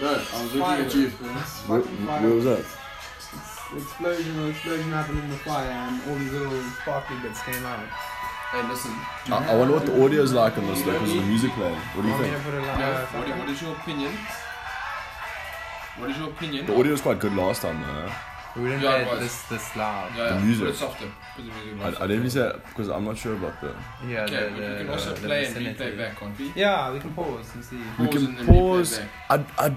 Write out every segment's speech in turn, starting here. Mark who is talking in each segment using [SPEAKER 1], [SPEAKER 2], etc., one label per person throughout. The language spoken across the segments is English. [SPEAKER 1] No, I was looking at
[SPEAKER 2] Fireworks.
[SPEAKER 1] you.
[SPEAKER 2] Fucking
[SPEAKER 3] Wh- wh- Where
[SPEAKER 2] fireworks.
[SPEAKER 3] was that?
[SPEAKER 2] Explosion or explosion happened in the fire and all these little sparkly bits came out.
[SPEAKER 1] Hey, listen.
[SPEAKER 3] I, I wonder what the audio's like on this though, because the music playing. What do you
[SPEAKER 2] Want me to
[SPEAKER 3] think?
[SPEAKER 2] put it like
[SPEAKER 1] No,
[SPEAKER 2] a
[SPEAKER 1] what,
[SPEAKER 2] fucking-
[SPEAKER 1] what is your opinion? What is your opinion?
[SPEAKER 3] The audio was quite good last time though.
[SPEAKER 4] We didn't
[SPEAKER 1] Yeah,
[SPEAKER 4] play
[SPEAKER 1] it
[SPEAKER 4] it
[SPEAKER 1] was.
[SPEAKER 4] this this loud.
[SPEAKER 1] Yeah,
[SPEAKER 3] The
[SPEAKER 1] yeah,
[SPEAKER 3] music.
[SPEAKER 1] Put it softer. Put the music
[SPEAKER 3] I,
[SPEAKER 1] nice.
[SPEAKER 3] I didn't really say that because I'm not sure about the.
[SPEAKER 4] Yeah,
[SPEAKER 1] Okay,
[SPEAKER 4] the,
[SPEAKER 1] but
[SPEAKER 4] the,
[SPEAKER 1] we can also
[SPEAKER 4] uh, the
[SPEAKER 1] play and
[SPEAKER 4] vicinity.
[SPEAKER 1] replay back, can't we?
[SPEAKER 2] Yeah, we can pause and see.
[SPEAKER 3] We
[SPEAKER 1] Pause
[SPEAKER 3] can
[SPEAKER 1] and then replay
[SPEAKER 3] pause.
[SPEAKER 1] back.
[SPEAKER 3] I, I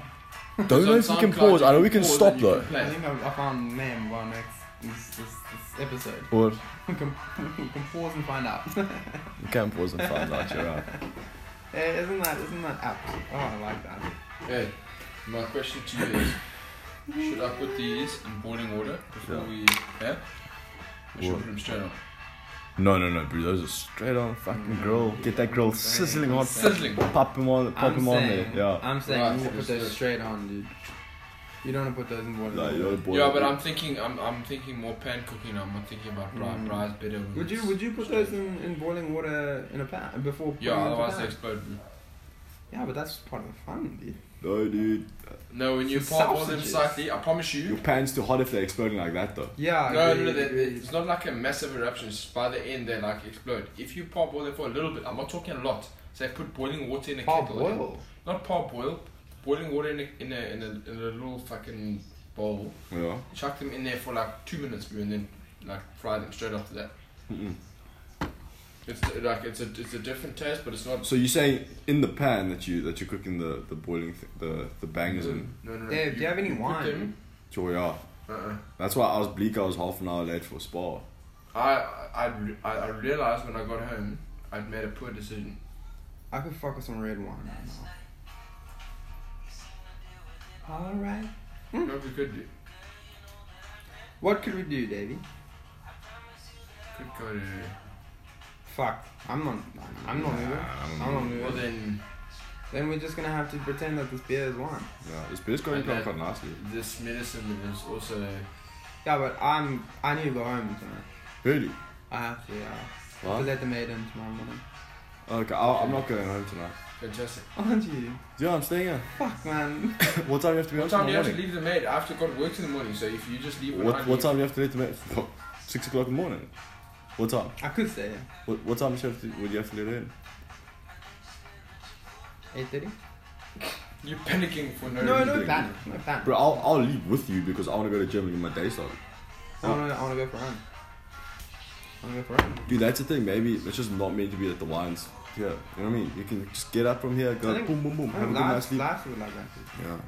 [SPEAKER 3] don't know if
[SPEAKER 1] Because on SoundCloud
[SPEAKER 3] we can pause.
[SPEAKER 1] you
[SPEAKER 3] I know we can
[SPEAKER 1] pause
[SPEAKER 3] stop
[SPEAKER 1] and you
[SPEAKER 3] though.
[SPEAKER 1] play.
[SPEAKER 2] I think I, I found the name of our next this, this, this episode.
[SPEAKER 3] Or
[SPEAKER 2] We can, we can pause and find out.
[SPEAKER 3] we can pause and find out. You're right.
[SPEAKER 2] Eh, isn't that isn't that apt? Oh, I like that.
[SPEAKER 1] Hey, my question to you is: Should I put these in boiling water before
[SPEAKER 3] Yeah.
[SPEAKER 1] we yeah? Or should I
[SPEAKER 3] What?
[SPEAKER 1] put them straight on?
[SPEAKER 3] No, no, no, bro. Those are straight on fucking grill. Get that grill sizzling hot.
[SPEAKER 1] Sizzling.
[SPEAKER 3] Pop him on. Pop
[SPEAKER 2] I'm
[SPEAKER 3] him on there.
[SPEAKER 2] saying,
[SPEAKER 3] Yeah.
[SPEAKER 2] I'm saying
[SPEAKER 1] Right,
[SPEAKER 2] you put
[SPEAKER 1] understood.
[SPEAKER 2] those straight on, dude. You don't want to put those in water.
[SPEAKER 3] No, you're a boy.
[SPEAKER 1] yeah, but I'm thinking I'm I'm thinking more pan cooking. I'm not thinking about fry.
[SPEAKER 2] Mm.
[SPEAKER 1] Fry's better. when
[SPEAKER 2] Would you
[SPEAKER 1] it's
[SPEAKER 2] would you put those in, in boiling water in a pan before? putting
[SPEAKER 1] Yeah,
[SPEAKER 2] them in
[SPEAKER 1] otherwise they
[SPEAKER 2] the pan?
[SPEAKER 1] explode.
[SPEAKER 2] Yeah, but that's part of the fun, dude.
[SPEAKER 3] No, dude.
[SPEAKER 1] No, when you
[SPEAKER 2] Some
[SPEAKER 1] pop all them
[SPEAKER 2] sausages.
[SPEAKER 1] slightly, I promise
[SPEAKER 3] Your
[SPEAKER 1] you.
[SPEAKER 3] pan's too hot if they're exploding like that, though.
[SPEAKER 2] Yeah.
[SPEAKER 1] No,
[SPEAKER 2] agree,
[SPEAKER 1] no, no, they-
[SPEAKER 2] agree.
[SPEAKER 1] they- it's not like a massive eruption. It's by the end they like explode. If you pop all them for a little bit, I'm not talking a lot. So I put boiling water in a
[SPEAKER 2] Hard
[SPEAKER 1] kettle.
[SPEAKER 2] boil.
[SPEAKER 1] Not parboil, boiling water in a in a in a, in a little fucking bowl.
[SPEAKER 3] Yeah.
[SPEAKER 1] chuck them in there for like two minutes bro, and then like fry them straight after that.
[SPEAKER 3] Mm-mm.
[SPEAKER 1] It's like it's a it's a different taste, but it's not.
[SPEAKER 3] So you're saying in the pan that you that you're cooking the the boiling th- the the bangers in?
[SPEAKER 1] No, no, no.
[SPEAKER 2] Dave, do you have any
[SPEAKER 1] put
[SPEAKER 2] wine?
[SPEAKER 1] them-
[SPEAKER 3] Joy yeah.
[SPEAKER 1] Uh-uh.
[SPEAKER 3] That's why I was bleak. I was half an hour late for spa.
[SPEAKER 1] I I re- I I realized when I got home I'd made a poor decision.
[SPEAKER 2] I could fuck with some red wine. right now. All right.
[SPEAKER 1] You know what we could do?
[SPEAKER 2] What could we do, Davey?
[SPEAKER 1] Could go to.
[SPEAKER 2] Fuck. I'm not. I'm not moving. I'm not
[SPEAKER 1] Well
[SPEAKER 2] moving.
[SPEAKER 1] then,
[SPEAKER 2] Then we're just gonna have to pretend that this beer is wine.
[SPEAKER 3] Yeah, this beer's going
[SPEAKER 1] And
[SPEAKER 3] down
[SPEAKER 1] that-
[SPEAKER 3] quite nicely.
[SPEAKER 1] this medicine is also.
[SPEAKER 2] Yeah, but I'm. I need to go home tonight.
[SPEAKER 3] Really?
[SPEAKER 2] I have to. Yeah. I have
[SPEAKER 3] What?
[SPEAKER 2] to let the maid in tomorrow morning.
[SPEAKER 3] Okay, I, I'm not going home tonight.
[SPEAKER 1] Fantastic.
[SPEAKER 2] Aren't you?
[SPEAKER 3] Yeah, I'm staying here.
[SPEAKER 2] Fuck, man.
[SPEAKER 3] what time do you have to
[SPEAKER 1] What time
[SPEAKER 3] be home
[SPEAKER 1] do you
[SPEAKER 3] tomorrow
[SPEAKER 1] have to
[SPEAKER 3] morning?
[SPEAKER 1] leave the maid? I have to go to work in the morning, so if you just leave when I
[SPEAKER 3] What, what
[SPEAKER 1] leave-
[SPEAKER 3] time do you have to leave tomorrow? Six o'clock in the morning. What time?
[SPEAKER 2] I could stay.
[SPEAKER 3] What, what time do you have to? Would you have to let her in?
[SPEAKER 2] Eight thirty.
[SPEAKER 1] You're panicking for no,
[SPEAKER 2] No,
[SPEAKER 1] reason.
[SPEAKER 2] no panic. No panic.
[SPEAKER 3] Bro, I'll I'll leave with you because I want to go to gym and get my day started.
[SPEAKER 2] I wanna. I wanna go for a run. I wanna go for a run.
[SPEAKER 3] Dude, that's the thing. Maybe it's just not meant to be at the wines. Yeah, you know what I mean. You can just get up from here, go
[SPEAKER 2] I think-
[SPEAKER 3] boom, boom, boom,
[SPEAKER 2] I
[SPEAKER 3] have a
[SPEAKER 2] think
[SPEAKER 3] good night's
[SPEAKER 2] Life,
[SPEAKER 3] sleep.
[SPEAKER 2] life would like that.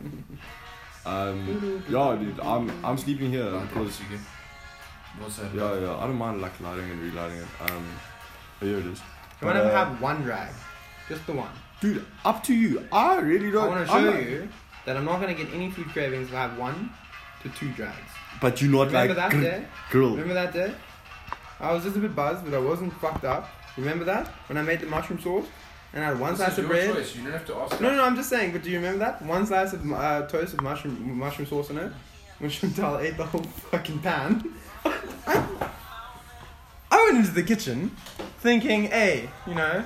[SPEAKER 3] Yeah. Um, yeah, dude, I'm I'm sleeping here because
[SPEAKER 1] What's that?
[SPEAKER 3] yeah, yeah. I don't mind like lighting and relighting it. Um, but yeah, it is.
[SPEAKER 2] You wanna
[SPEAKER 3] But, uh,
[SPEAKER 2] have one drag, just the one.
[SPEAKER 3] dude, up to you. I really don't.
[SPEAKER 2] I want to
[SPEAKER 3] I'm
[SPEAKER 2] show
[SPEAKER 3] not-
[SPEAKER 2] you that I'm not going to get any food cravings if I have one to two drags.
[SPEAKER 3] But you're not
[SPEAKER 2] Remember
[SPEAKER 3] like
[SPEAKER 2] that day?
[SPEAKER 3] girl.
[SPEAKER 2] Remember that day? I was just a bit buzzed, but I wasn't fucked up. Remember that? When I made the mushroom sauce and I had one
[SPEAKER 1] This
[SPEAKER 2] slice
[SPEAKER 1] is
[SPEAKER 2] of
[SPEAKER 1] your
[SPEAKER 2] bread.
[SPEAKER 1] choice. You don't have to ask.
[SPEAKER 2] No, no, no, I'm just saying, but do you remember that? One slice of uh, toast with mushroom, mushroom sauce in it, when Chantal ate the whole fucking pan. I went into the kitchen thinking, hey, you know,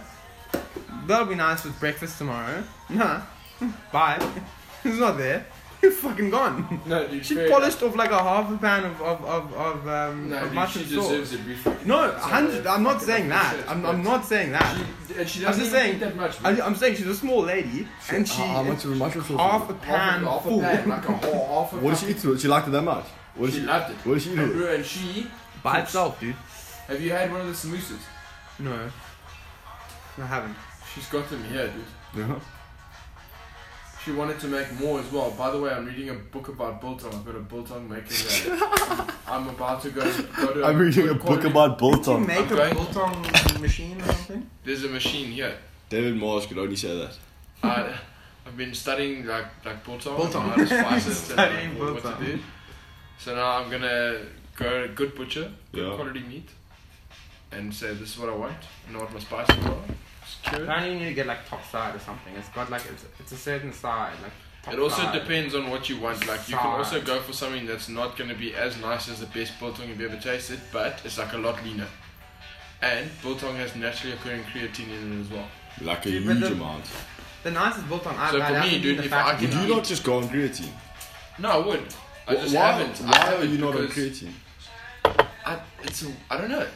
[SPEAKER 2] that'll be nice with breakfast tomorrow. Nah, bye. It's not there. It's fucking gone.
[SPEAKER 1] No, dude,
[SPEAKER 2] She
[SPEAKER 1] fair
[SPEAKER 2] polished off like a half a pan of, of, of, of, um,
[SPEAKER 1] No,
[SPEAKER 2] of
[SPEAKER 1] dude,
[SPEAKER 2] mushroom
[SPEAKER 1] she
[SPEAKER 2] sauce.
[SPEAKER 1] deserves it. Briefly.
[SPEAKER 2] No, 100,
[SPEAKER 1] uh,
[SPEAKER 2] I'm not saying that. I'm, I'm not saying that.
[SPEAKER 1] She, and she doesn't
[SPEAKER 2] I'm just
[SPEAKER 1] even
[SPEAKER 2] saying-
[SPEAKER 1] eat that much.
[SPEAKER 2] I,
[SPEAKER 1] man.
[SPEAKER 2] I'm saying she's a small lady, and she
[SPEAKER 3] how, how much of a mushroom sauce?
[SPEAKER 2] half a
[SPEAKER 3] was
[SPEAKER 1] half
[SPEAKER 2] pan
[SPEAKER 1] a, half
[SPEAKER 2] full.
[SPEAKER 1] a pan, like a whole half a.
[SPEAKER 3] it? What did she
[SPEAKER 1] fucking-
[SPEAKER 3] eat? to it? She liked it that much. What did
[SPEAKER 1] She
[SPEAKER 3] she?
[SPEAKER 1] loved it.
[SPEAKER 3] What did she eat?
[SPEAKER 1] And,
[SPEAKER 3] it?
[SPEAKER 1] bro, and she.
[SPEAKER 2] By itself, dude.
[SPEAKER 1] Have you had one of the samosas?
[SPEAKER 2] No, I haven't.
[SPEAKER 1] She's got them here, dude.
[SPEAKER 3] Yeah.
[SPEAKER 1] She wanted to make more as well. By the way, I'm reading a book about biltong. I've got a biltong maker here. I'm about to go. go to
[SPEAKER 3] I'm reading a
[SPEAKER 1] good
[SPEAKER 3] book
[SPEAKER 1] quality-
[SPEAKER 3] about
[SPEAKER 2] Did you
[SPEAKER 3] biltong.
[SPEAKER 2] make
[SPEAKER 1] Okay.
[SPEAKER 2] a biltong machine or something?
[SPEAKER 1] There's a machine here.
[SPEAKER 3] David Morris could only say that.
[SPEAKER 1] I, I've been studying like like biltong, and
[SPEAKER 2] Biltong.
[SPEAKER 1] how to spice it,
[SPEAKER 2] Studying
[SPEAKER 1] and what, what to
[SPEAKER 2] biltong.
[SPEAKER 1] do. So now I'm gonna go to good butcher, good
[SPEAKER 3] Yeah.
[SPEAKER 1] quality meat, and say this is what I want. You know what my spices are. Just cure it.
[SPEAKER 2] Apparently, you need to get like top side or something. It's got like it's, it's a certain side, like. Top
[SPEAKER 1] It also
[SPEAKER 2] side.
[SPEAKER 1] depends on what you want. Like you can also
[SPEAKER 2] Side.
[SPEAKER 1] go for something that's not gonna be as nice as the best biltong you've ever tasted, but it's like a lot leaner. And biltong has naturally occurring creatine in it as well.
[SPEAKER 3] Like a
[SPEAKER 2] Dude, but
[SPEAKER 3] huge
[SPEAKER 2] the-
[SPEAKER 3] amount.
[SPEAKER 2] the nicest built on I've
[SPEAKER 1] So
[SPEAKER 2] had.
[SPEAKER 1] for
[SPEAKER 2] hasn't
[SPEAKER 1] me,
[SPEAKER 2] been
[SPEAKER 1] dude,
[SPEAKER 2] the
[SPEAKER 1] if
[SPEAKER 2] factory.
[SPEAKER 1] I
[SPEAKER 3] Would
[SPEAKER 1] can-
[SPEAKER 3] you not just go on creatine?
[SPEAKER 1] No, I would. I
[SPEAKER 3] Wh-
[SPEAKER 1] just
[SPEAKER 3] why
[SPEAKER 1] haven't. I
[SPEAKER 3] why are
[SPEAKER 1] haven't
[SPEAKER 3] you not on
[SPEAKER 1] because
[SPEAKER 3] creatine?
[SPEAKER 1] I, it's a, I don't know.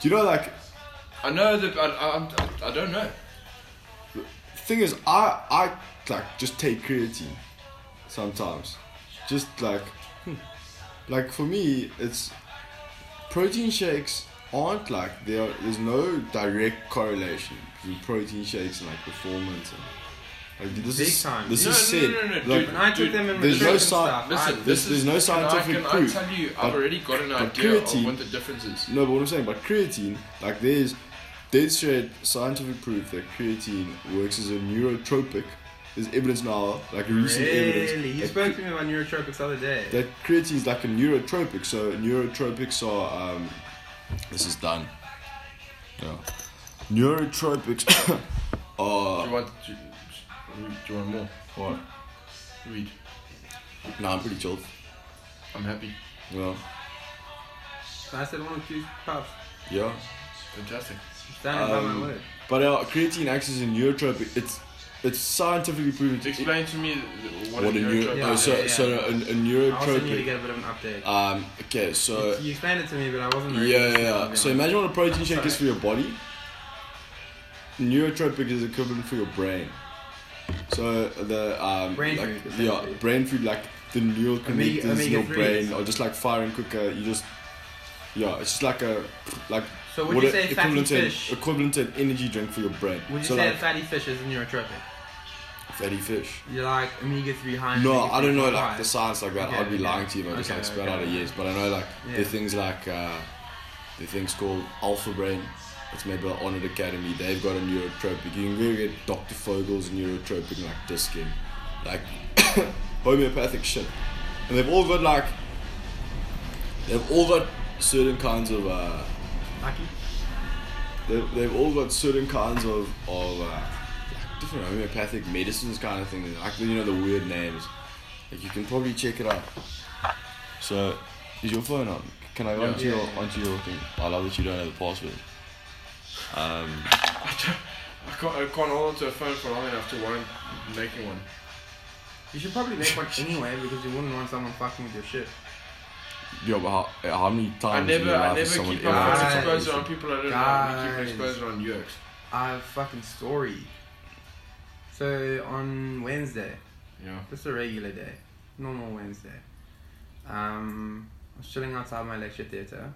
[SPEAKER 3] Do you know like
[SPEAKER 1] I know that I, I, I'm- I, I don't know.
[SPEAKER 3] thing is I I like just take creatine sometimes. Just like
[SPEAKER 1] Hmm.
[SPEAKER 3] like for me it's protein shakes aren't like there there's no direct correlation between protein shakes and like performance and like this
[SPEAKER 2] Big
[SPEAKER 3] is
[SPEAKER 2] time.
[SPEAKER 3] this
[SPEAKER 1] No,
[SPEAKER 3] is
[SPEAKER 1] no,
[SPEAKER 3] said
[SPEAKER 1] no, no, no, dude.
[SPEAKER 3] like
[SPEAKER 2] When I took them in
[SPEAKER 3] There's no
[SPEAKER 2] mature
[SPEAKER 3] si-
[SPEAKER 2] stuff,
[SPEAKER 1] Listen,
[SPEAKER 2] I,
[SPEAKER 1] this,
[SPEAKER 3] this- there's no
[SPEAKER 1] is- can I-
[SPEAKER 3] scientific
[SPEAKER 1] can I,
[SPEAKER 3] proof,
[SPEAKER 1] tell you, I've
[SPEAKER 3] but-
[SPEAKER 1] already got an
[SPEAKER 3] but
[SPEAKER 1] idea of
[SPEAKER 3] creatine-
[SPEAKER 1] what the difference is.
[SPEAKER 3] No, but what I'm saying about creatine, like there's dead straight scientific proof that creatine works as a neurotropic. There's evidence now, like recent
[SPEAKER 2] really,
[SPEAKER 3] evidence.
[SPEAKER 2] he
[SPEAKER 3] that
[SPEAKER 2] spoke to me about neurotropics the other day.
[SPEAKER 3] that creatine is like a neurotropic. So neurotropics are. Um, this is done. Yeah. Neurotropics
[SPEAKER 1] Do
[SPEAKER 3] are.
[SPEAKER 1] you want? Do you, do you want more?
[SPEAKER 3] What?
[SPEAKER 1] Read.
[SPEAKER 3] Nah, I'm pretty chilled.
[SPEAKER 1] I'm happy.
[SPEAKER 3] Yeah.
[SPEAKER 2] I said one or two puffs.
[SPEAKER 3] Yeah.
[SPEAKER 1] Fantastic.
[SPEAKER 2] Standing by
[SPEAKER 3] Um,
[SPEAKER 2] my word.
[SPEAKER 3] But uh, creatine acts as a neurotropic. It's it's scientifically proven. to-
[SPEAKER 1] Explain to me th- what,
[SPEAKER 3] what a
[SPEAKER 1] a
[SPEAKER 3] neuro.
[SPEAKER 1] neurotropic
[SPEAKER 2] Yeah,
[SPEAKER 3] oh,
[SPEAKER 1] is.
[SPEAKER 3] so
[SPEAKER 2] yeah, yeah.
[SPEAKER 3] so a, a
[SPEAKER 2] I also need to
[SPEAKER 3] neurotropic.
[SPEAKER 2] get a bit of an update.
[SPEAKER 3] Um, okay, so
[SPEAKER 2] you explained it to me, but I wasn't.
[SPEAKER 3] yeah,
[SPEAKER 2] ready
[SPEAKER 3] yeah,
[SPEAKER 2] to
[SPEAKER 3] yeah. So imagine what a protein shake is for your body. Neurotropic is equivalent for your brain. So the um,
[SPEAKER 2] Brain
[SPEAKER 3] like,
[SPEAKER 2] food,
[SPEAKER 3] yeah,
[SPEAKER 2] essentially.
[SPEAKER 3] brain food like the neural
[SPEAKER 2] Omega-
[SPEAKER 3] connectors in your
[SPEAKER 2] omega-3s.
[SPEAKER 3] brain are just like firing quicker. You just yeah, it's just like a like
[SPEAKER 2] So would
[SPEAKER 3] what
[SPEAKER 2] you
[SPEAKER 3] a-
[SPEAKER 2] say fatty
[SPEAKER 3] equivalent to, an-
[SPEAKER 2] fish?
[SPEAKER 3] equivalent to an energy drink for your brain.
[SPEAKER 2] Would you
[SPEAKER 3] so
[SPEAKER 2] say
[SPEAKER 3] like
[SPEAKER 2] a fatty fish is a neurotropic?
[SPEAKER 3] fatty fish.
[SPEAKER 2] You're like omega three high. in
[SPEAKER 3] No,
[SPEAKER 2] omega-3
[SPEAKER 3] I don't know
[SPEAKER 2] high.
[SPEAKER 3] like the science like that.
[SPEAKER 2] Okay,
[SPEAKER 3] I'd be
[SPEAKER 2] okay.
[SPEAKER 3] lying to you if I just
[SPEAKER 2] Okay,
[SPEAKER 3] like spread
[SPEAKER 2] okay.
[SPEAKER 3] out a years. But I know like
[SPEAKER 2] Yeah.
[SPEAKER 3] there are things like uh, the things called Alpha Brain. It's made by Honored Academy. They've got a neurotropic. You can go get Dr. Fogel's neurotropic like diskin, like homeopathic shit, and they've all got like they've all got certain kinds of. Uh,
[SPEAKER 2] Lucky.
[SPEAKER 3] they've, they've all got certain kinds of, of uh, like different homeopathic medicines kind of thing like you know the weird names like you can probably check it out so is your phone on can I go
[SPEAKER 1] Yeah.
[SPEAKER 3] onto your
[SPEAKER 2] Yeah.
[SPEAKER 3] onto your thing I love that you don't know the password
[SPEAKER 1] I,
[SPEAKER 3] um
[SPEAKER 1] don't- I can't, I can't hold onto a phone for long enough to warrant making one.
[SPEAKER 2] You should probably make one anyway because you wouldn't want someone fucking with your shit.
[SPEAKER 3] yo but how, how many times
[SPEAKER 1] I
[SPEAKER 3] in
[SPEAKER 1] never,
[SPEAKER 3] your
[SPEAKER 1] I
[SPEAKER 3] life has
[SPEAKER 1] never
[SPEAKER 3] someone
[SPEAKER 1] keep
[SPEAKER 3] ever
[SPEAKER 1] my phone
[SPEAKER 3] asked you
[SPEAKER 2] Guys.
[SPEAKER 1] exposed on
[SPEAKER 3] something?
[SPEAKER 1] people I don't know. I keep
[SPEAKER 2] Guys.
[SPEAKER 1] it exposed on UX.
[SPEAKER 2] I have a fucking story. So on Wednesday,
[SPEAKER 1] Yeah.
[SPEAKER 2] just a regular day, normal Wednesday, um, I was chilling outside my lecture theatre,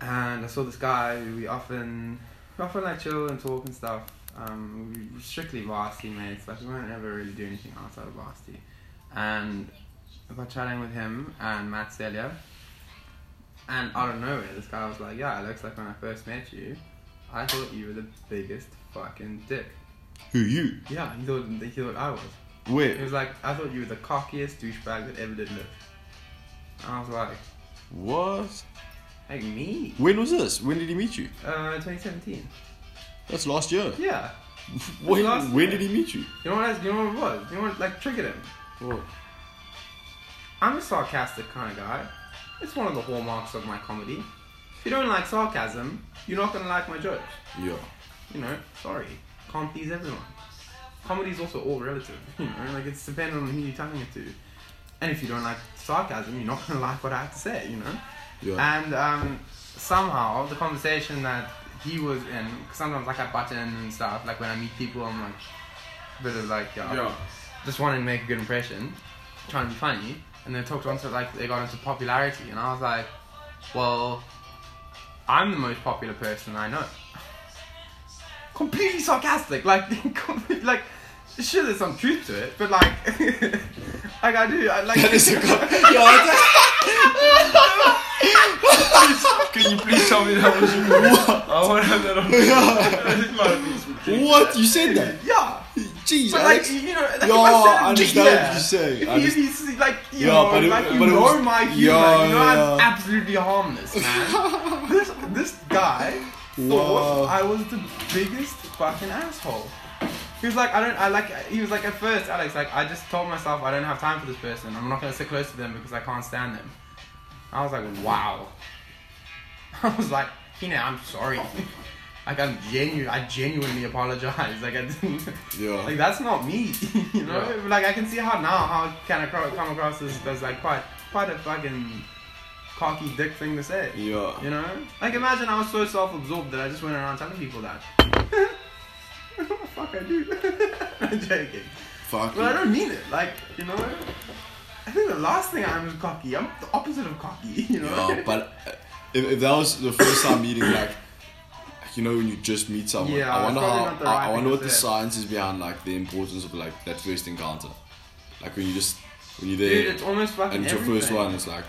[SPEAKER 2] and I saw this guy who we often, we often like chill and talk and stuff. Um, we were strictly varsity mates, like we weren't ever really do anything outside of varsity, and I got chatting with him and Matt Celia. And out of nowhere, this guy was like, "Yeah, it looks like when I first met you, I thought you were the biggest fucking dick."
[SPEAKER 3] who you
[SPEAKER 2] Yeah, he thought he thought I was. It
[SPEAKER 3] where
[SPEAKER 2] was like I thought you were the cockiest douchebag that ever did live. And I was like,
[SPEAKER 3] what
[SPEAKER 2] like me?
[SPEAKER 3] when was this when did he meet you
[SPEAKER 2] Uh, 2017.
[SPEAKER 3] that's last year
[SPEAKER 2] Yeah.
[SPEAKER 3] when,
[SPEAKER 2] last
[SPEAKER 3] when
[SPEAKER 2] year.
[SPEAKER 3] did he meet you
[SPEAKER 2] You know what? I, you know what it was? You know what? Like triggered him.
[SPEAKER 3] what
[SPEAKER 2] I'm a sarcastic kind of guy. It's one of the hallmarks of my comedy. If you don't like sarcasm, you're not gonna like my jokes.
[SPEAKER 3] yeah
[SPEAKER 2] You know, sorry. Can't please everyone. Comedy's also all relative. You know, like it's dependent on who you're telling it to. And if you don't like sarcasm, you're not gonna like what I have to say. You know.
[SPEAKER 1] Ah.
[SPEAKER 3] yeah
[SPEAKER 2] And um, somehow the conversation that he was in, 'cause sometimes like I butt in and stuff, like when I meet people, I'm like, a bit of like, yeah,
[SPEAKER 1] Yeah.
[SPEAKER 2] just wanting to make a good impression, trying to be funny. And they talked onto like they got into popularity, and I was like, well, I'm the most popular person I know. Completely sarcastic, like, complete- like, sure, there's some truth to it, but like, like I do, I like.
[SPEAKER 3] that is a co- yo that's
[SPEAKER 1] Can you please tell me that was your I want to have that on.
[SPEAKER 3] What? You said that?
[SPEAKER 2] yeah.
[SPEAKER 3] Jeez,
[SPEAKER 2] But
[SPEAKER 3] Alex.
[SPEAKER 2] like you know, like
[SPEAKER 3] Yo,
[SPEAKER 2] if I said,
[SPEAKER 3] I understand
[SPEAKER 2] yeah.
[SPEAKER 3] what you're saying.
[SPEAKER 2] If
[SPEAKER 3] I
[SPEAKER 2] you-
[SPEAKER 3] just-
[SPEAKER 2] if you see, like you
[SPEAKER 3] Yeah,
[SPEAKER 2] know,
[SPEAKER 3] but it-
[SPEAKER 2] like you
[SPEAKER 3] but it
[SPEAKER 2] know
[SPEAKER 3] was-
[SPEAKER 2] my humor,
[SPEAKER 3] Yeah,
[SPEAKER 2] you know I'm
[SPEAKER 3] yeah.
[SPEAKER 2] absolutely harmless, man. this this guy
[SPEAKER 3] Wow.
[SPEAKER 2] thought I was the biggest fucking asshole. He was like, I don't, I like, he was like, at first, Alex, like, I just told myself I don't have time for this person. I'm not gonna sit close to them because I can't stand them. I was like, wow. I was like, you know, I'm sorry. Like I'm genu I genuinely apologize. Like I didn't.
[SPEAKER 3] Yeah.
[SPEAKER 2] Like that's not me. You know.
[SPEAKER 1] Yeah.
[SPEAKER 2] But, Like I can see how now how can I cro- come across as, as like quite quite a fucking cocky dick thing to say.
[SPEAKER 3] yeah.
[SPEAKER 2] You know? Like imagine I was so self-absorbed that I just went around telling people that. what the fuck I do? I'm joking.
[SPEAKER 3] Fuck.
[SPEAKER 2] But I
[SPEAKER 3] it.
[SPEAKER 2] don't mean it. Like, you know, I think the last thing I'm is cocky. I'm the opposite of cocky, you know?
[SPEAKER 3] Yeah, but uh, if, if that was the first time meeting, like, you know, when you just meet someone,
[SPEAKER 2] Yeah,
[SPEAKER 3] I wonder
[SPEAKER 2] it's probably
[SPEAKER 3] how,
[SPEAKER 2] not the
[SPEAKER 3] I,
[SPEAKER 2] right
[SPEAKER 3] I wonder
[SPEAKER 2] thing
[SPEAKER 3] what
[SPEAKER 2] to
[SPEAKER 3] the
[SPEAKER 2] say.
[SPEAKER 3] science is behind, like, the importance of like that first encounter, like when you just when you're
[SPEAKER 2] Dude,
[SPEAKER 3] there
[SPEAKER 2] it's almost fucking
[SPEAKER 3] and it's your first
[SPEAKER 2] everything.
[SPEAKER 3] one, it's like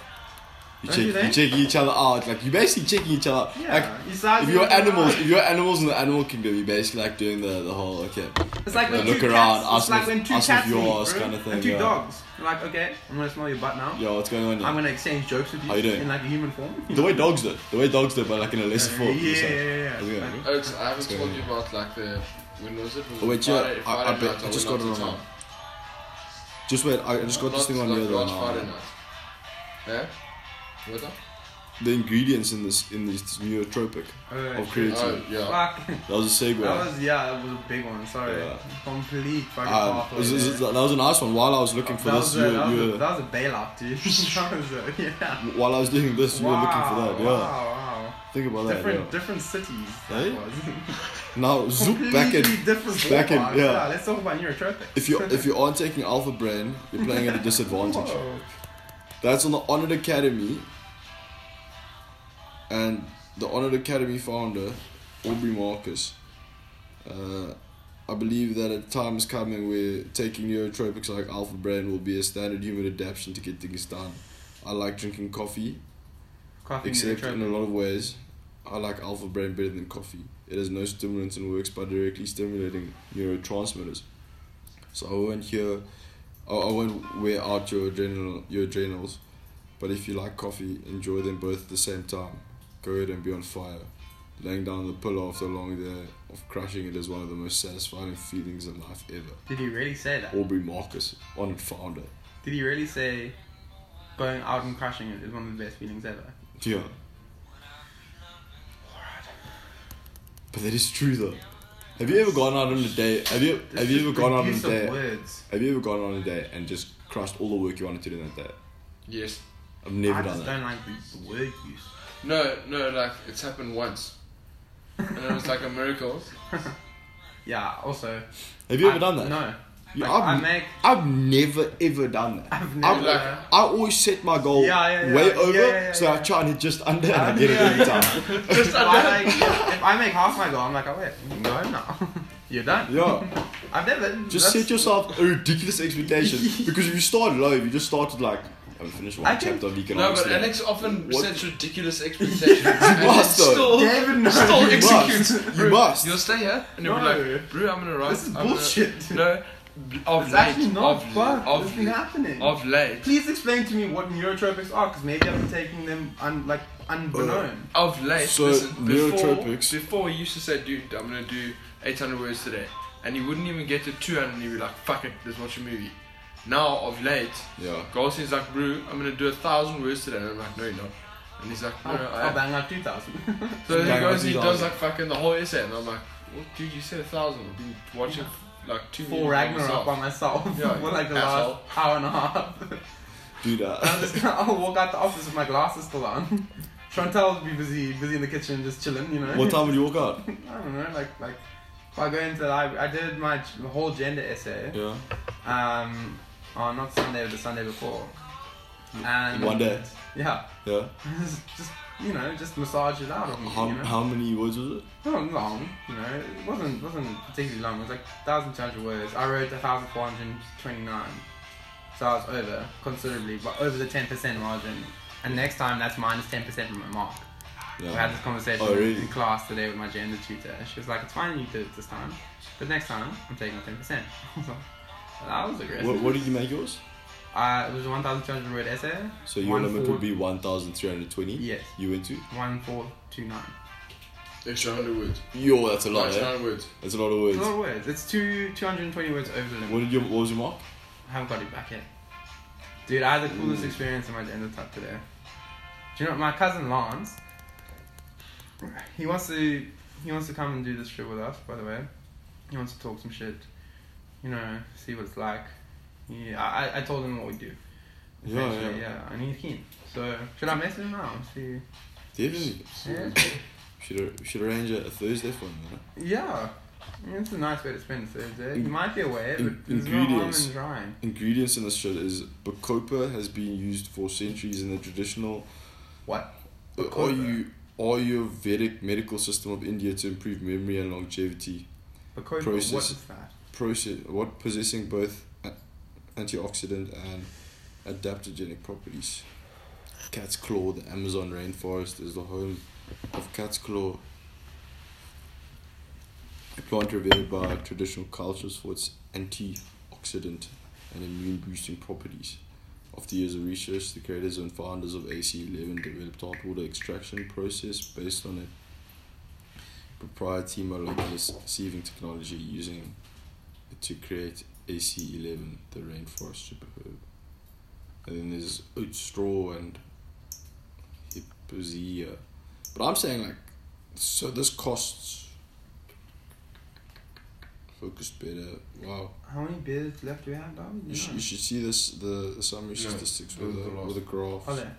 [SPEAKER 3] you
[SPEAKER 2] Don't
[SPEAKER 3] check
[SPEAKER 2] you
[SPEAKER 3] you,
[SPEAKER 2] think?
[SPEAKER 3] check each other out, like you basically checking each other,
[SPEAKER 2] Yeah.
[SPEAKER 3] like.
[SPEAKER 2] you "Ah, size
[SPEAKER 3] If
[SPEAKER 2] each
[SPEAKER 3] you're
[SPEAKER 2] other
[SPEAKER 3] animals,
[SPEAKER 2] up.
[SPEAKER 3] if you're animals in the animal kingdom, you're basically like doing the, the whole okay.
[SPEAKER 2] It's like when
[SPEAKER 3] Look
[SPEAKER 2] two
[SPEAKER 3] around,
[SPEAKER 2] cats.
[SPEAKER 3] us
[SPEAKER 2] It's like
[SPEAKER 3] with-
[SPEAKER 2] when two
[SPEAKER 3] us with
[SPEAKER 2] cats meet,
[SPEAKER 3] yours
[SPEAKER 2] bro,
[SPEAKER 3] kinda thing,
[SPEAKER 2] and two
[SPEAKER 3] yeah.
[SPEAKER 2] dogs. You're like, okay, I'm gonna smell your butt now.
[SPEAKER 3] Yo, what's going on here?
[SPEAKER 2] I'm gonna exchange jokes with you,
[SPEAKER 3] How you doing?
[SPEAKER 2] in like a human form.
[SPEAKER 3] The way dogs do, it. the way dogs do, it, but like in a lesser
[SPEAKER 2] yeah,
[SPEAKER 3] form.
[SPEAKER 2] yeah,
[SPEAKER 3] so-
[SPEAKER 2] yeah, yeah,
[SPEAKER 3] Yeah.
[SPEAKER 2] yeah. Like,
[SPEAKER 1] Alex, I haven't
[SPEAKER 3] Let's go.
[SPEAKER 1] told you about like the when was it? Was
[SPEAKER 3] Oh, wait,
[SPEAKER 1] it
[SPEAKER 3] yeah,
[SPEAKER 1] Friday,
[SPEAKER 3] I- I
[SPEAKER 1] Friday
[SPEAKER 3] bet-
[SPEAKER 1] night
[SPEAKER 3] I just
[SPEAKER 1] went
[SPEAKER 3] got it
[SPEAKER 1] out to
[SPEAKER 3] on
[SPEAKER 1] town.
[SPEAKER 3] Just wait, I I just got this
[SPEAKER 1] Not-
[SPEAKER 3] thing on
[SPEAKER 1] not
[SPEAKER 3] here though.
[SPEAKER 1] last Friday
[SPEAKER 3] now.
[SPEAKER 1] night. Yeah. What? the-
[SPEAKER 3] The ingredients in this in this nootropic
[SPEAKER 2] uh,
[SPEAKER 3] of creatine.
[SPEAKER 1] Oh yeah.
[SPEAKER 2] Fuck.
[SPEAKER 3] That was a segue.
[SPEAKER 2] That was yeah, that was a big one. Sorry,
[SPEAKER 3] Yeah.
[SPEAKER 2] complete fucking
[SPEAKER 3] Um,
[SPEAKER 2] pathway
[SPEAKER 3] is- is-
[SPEAKER 2] there.
[SPEAKER 3] is- that was a nice one. While I was looking for
[SPEAKER 2] that was
[SPEAKER 3] this, you
[SPEAKER 2] a,
[SPEAKER 3] were,
[SPEAKER 2] that,
[SPEAKER 3] you
[SPEAKER 2] was
[SPEAKER 3] were-
[SPEAKER 2] a, that was a bailout, dude. that was a, yeah.
[SPEAKER 3] while I was doing this, you were looking for that. Yeah,
[SPEAKER 2] Wow,
[SPEAKER 3] think about
[SPEAKER 2] wow.
[SPEAKER 3] that.
[SPEAKER 2] Different,
[SPEAKER 3] yeah.
[SPEAKER 2] different cities.
[SPEAKER 3] Hey?
[SPEAKER 2] That was.
[SPEAKER 3] Now zoom back
[SPEAKER 2] Completely
[SPEAKER 3] in.
[SPEAKER 2] different
[SPEAKER 3] back in,
[SPEAKER 2] ballpark.
[SPEAKER 3] yeah.
[SPEAKER 2] Let's talk about neurotropics.
[SPEAKER 3] If you if you aren't taking Alpha Brain, you're playing at a disadvantage.
[SPEAKER 2] Whoa.
[SPEAKER 3] That's on the Honored Academy. And the Honored Academy founder, Aubrey Marcus, uh, I believe that a time is coming where taking neurotropics like Alpha Brain will be a standard human adaptation to get things done. I like drinking coffee,
[SPEAKER 2] Coughing
[SPEAKER 3] except in a
[SPEAKER 2] neurotropic.
[SPEAKER 3] lot of ways. I like Alpha Brain better than coffee. It has no stimulants and works by directly stimulating neurotransmitters. So I won't hear, I I won't wear out your adrenal, your adrenals. But if you like coffee, enjoy them both at the same time. Go ahead and be on fire. Laying down on the pillow after a long day of crushing it is one of the most satisfying feelings in life ever.
[SPEAKER 2] Did he really say that?
[SPEAKER 3] Aubrey Marcus, on founder.
[SPEAKER 2] Did he really say going out and crushing it is one of the best feelings ever?
[SPEAKER 3] Yeah. But that is true though. Have you ever gone out on a day? Have you
[SPEAKER 2] This
[SPEAKER 3] have you
[SPEAKER 2] is
[SPEAKER 3] ever
[SPEAKER 2] the
[SPEAKER 3] gone out on a
[SPEAKER 2] use of
[SPEAKER 3] day?
[SPEAKER 2] words.
[SPEAKER 3] Have you ever gone out on a day and just crushed all the work you wanted to do in that day?
[SPEAKER 1] Yes.
[SPEAKER 3] I've never
[SPEAKER 2] I
[SPEAKER 3] done
[SPEAKER 2] just
[SPEAKER 3] that.
[SPEAKER 2] don't like the, the word use.
[SPEAKER 1] No, no, like it's happened once, and it was like a miracle.
[SPEAKER 2] Yeah. Also.
[SPEAKER 3] Have you
[SPEAKER 2] I-
[SPEAKER 3] ever done that?
[SPEAKER 2] No.
[SPEAKER 3] You-
[SPEAKER 2] Like,
[SPEAKER 3] I've,
[SPEAKER 2] I make.
[SPEAKER 3] I've never ever done that.
[SPEAKER 2] I've never.
[SPEAKER 1] like-
[SPEAKER 3] I always set my goal
[SPEAKER 2] Yeah, yeah, yeah.
[SPEAKER 3] way
[SPEAKER 2] Yeah,
[SPEAKER 3] over,
[SPEAKER 2] yeah,
[SPEAKER 3] so I
[SPEAKER 2] yeah.
[SPEAKER 3] try and hit just under, and I
[SPEAKER 2] Yeah,
[SPEAKER 3] get it
[SPEAKER 2] yeah,
[SPEAKER 3] every
[SPEAKER 2] yeah.
[SPEAKER 3] time.
[SPEAKER 2] if, I make if I make half my goal, I'm like, oh wait, you can go home now. You're done.
[SPEAKER 3] Yeah,
[SPEAKER 2] I've never.
[SPEAKER 3] just
[SPEAKER 2] that's-
[SPEAKER 3] set yourself a ridiculous expectation because if you start low, if you just started like I'm finished one
[SPEAKER 2] I think-
[SPEAKER 3] chapter of
[SPEAKER 1] No,
[SPEAKER 3] economics.
[SPEAKER 1] but
[SPEAKER 3] today.
[SPEAKER 1] Alex often
[SPEAKER 3] What?
[SPEAKER 1] sets ridiculous expectations. and
[SPEAKER 3] must, though.
[SPEAKER 1] still,
[SPEAKER 2] David, no,
[SPEAKER 1] still
[SPEAKER 2] you
[SPEAKER 1] executes.
[SPEAKER 3] must. You
[SPEAKER 1] Bro,
[SPEAKER 3] must.
[SPEAKER 1] You'll stay here, and you'll be
[SPEAKER 2] No.
[SPEAKER 1] like, "Bro, I'm gonna write."
[SPEAKER 2] This is
[SPEAKER 1] I'm
[SPEAKER 3] uh,
[SPEAKER 1] gonna-"
[SPEAKER 2] bullshit.
[SPEAKER 1] No, of
[SPEAKER 2] It's
[SPEAKER 1] late,
[SPEAKER 2] actually not
[SPEAKER 1] of,
[SPEAKER 2] fun.
[SPEAKER 1] of-
[SPEAKER 2] It's been happening.
[SPEAKER 1] of late,
[SPEAKER 2] Please explain to me what neurotropics are, because maybe I've been taking them un- like unbeknown.
[SPEAKER 1] of late.
[SPEAKER 3] So,
[SPEAKER 1] listen, before,
[SPEAKER 3] neurotropics-
[SPEAKER 1] before he used to say, "Dude, I'm gonna do 800 words today," and he wouldn't even get to 200, and he'd be like, "Fuck it, let's watch a movie." Now, of late,
[SPEAKER 3] Yeah.
[SPEAKER 1] Goldstein's like, "Bro, I'm gonna do a thousand words today," and I'm like, "No, you're not." And he's like, "No,
[SPEAKER 2] I'll,
[SPEAKER 1] no, I
[SPEAKER 2] I'll
[SPEAKER 1] am."
[SPEAKER 2] bang out 2,000.
[SPEAKER 1] So then
[SPEAKER 3] Bang
[SPEAKER 1] he goes and he
[SPEAKER 3] on
[SPEAKER 1] does
[SPEAKER 3] Zidane.
[SPEAKER 1] like fucking the whole essay, and I'm like, well, dude, you said a thousand. I've been watching like two
[SPEAKER 2] For Ragnarok by myself
[SPEAKER 1] Yeah,
[SPEAKER 2] for like the
[SPEAKER 1] asshole.
[SPEAKER 2] last hour and a half.
[SPEAKER 3] do that.
[SPEAKER 2] I'm just gonna I'll walk out the office with my glasses still on. Chantal will be busy, busy in the kitchen, just chilling, you know.
[SPEAKER 3] What time would you walk out?
[SPEAKER 2] I don't know, like, like. If I go into the library, I did my g- whole gender essay.
[SPEAKER 3] Yeah.
[SPEAKER 2] Um, on not Sunday, but the Sunday before. And
[SPEAKER 3] One day.
[SPEAKER 2] Yeah,
[SPEAKER 3] Yeah.
[SPEAKER 2] just you know, just massage it out of me.
[SPEAKER 3] How,
[SPEAKER 2] you know?
[SPEAKER 3] how many words was it?
[SPEAKER 2] not long, you know. It wasn't wasn't particularly long. It was like thousand two hundred words. I wrote thousand four hundred twenty nine, so I was over considerably, but over the ten percent margin. And next time, that's minus ten percent from my mark. I had this conversation
[SPEAKER 3] Oh, really?
[SPEAKER 2] in class today with my gender tutor. She was like, "It's fine, you did it this time, but next time, I'm taking ten percent." I was like, "That was aggressive."
[SPEAKER 3] What, what did you make yours?
[SPEAKER 2] Uh, it was a 1,200 word essay.
[SPEAKER 3] So your
[SPEAKER 2] One
[SPEAKER 3] limit
[SPEAKER 2] four-
[SPEAKER 3] would be 1,320?
[SPEAKER 2] Yes.
[SPEAKER 3] You went to?
[SPEAKER 2] 1429.
[SPEAKER 1] Extra hundred words.
[SPEAKER 3] Yo, that's a lot,
[SPEAKER 1] Extra
[SPEAKER 3] eh?
[SPEAKER 1] hundred words.
[SPEAKER 3] That's a lot of
[SPEAKER 2] It's a lot
[SPEAKER 3] words.
[SPEAKER 2] of words. It's two, 220 words over the
[SPEAKER 3] What,
[SPEAKER 2] limit.
[SPEAKER 3] did your, what was your mark?
[SPEAKER 2] I haven't got it back yet. Dude, I had the
[SPEAKER 3] Mm.
[SPEAKER 2] coolest experience in my gender type today. Do you know what? My cousin Lance, he wants to he wants to come and do this shit with us, by the way. He wants to talk some shit, you know, see what it's like. Yeah, I, I- I told him what we do.
[SPEAKER 3] Yeah,
[SPEAKER 2] essentially,
[SPEAKER 3] yeah.
[SPEAKER 2] yeah. And he's keen. So should I message him now? and See.
[SPEAKER 3] Definitely.
[SPEAKER 2] Yeah.
[SPEAKER 3] Should, should arrange a, a Thursday for him, you know?
[SPEAKER 2] Yeah. I mean, it's a nice way to spend a Thursday. He might be away, but
[SPEAKER 3] In-
[SPEAKER 2] there's no harm
[SPEAKER 3] ingredients.
[SPEAKER 2] in trying.
[SPEAKER 3] Ingredients in this shit is bacopa has been used for centuries in the traditional
[SPEAKER 2] What?
[SPEAKER 3] Are you Ayurvedic medical system of India to improve memory and longevity.
[SPEAKER 2] Because what
[SPEAKER 3] Process.
[SPEAKER 2] is that?
[SPEAKER 3] Process what possessing both a- antioxidant and adaptogenic properties. Cat's claw, the Amazon rainforest is the home of cat's claw. A plant revered by traditional cultures for its antioxidant and immune boosting properties. After years of research, the creators and founders of AC11 developed hot water extraction process based on a proprietary molecular s- sieving technology using it to create AC11, the rainforest superherb. And then there's oat straw and hypoxia. But I'm saying like, so this costs. Focus better. Wow.
[SPEAKER 2] How many beers left do we have, Darby? Do
[SPEAKER 3] You, should,
[SPEAKER 2] know?
[SPEAKER 3] you should see this the, the summary
[SPEAKER 1] Yeah,
[SPEAKER 3] statistics
[SPEAKER 1] that
[SPEAKER 3] with
[SPEAKER 1] was
[SPEAKER 3] a,
[SPEAKER 1] the last
[SPEAKER 3] with a graph.
[SPEAKER 2] Oh, there.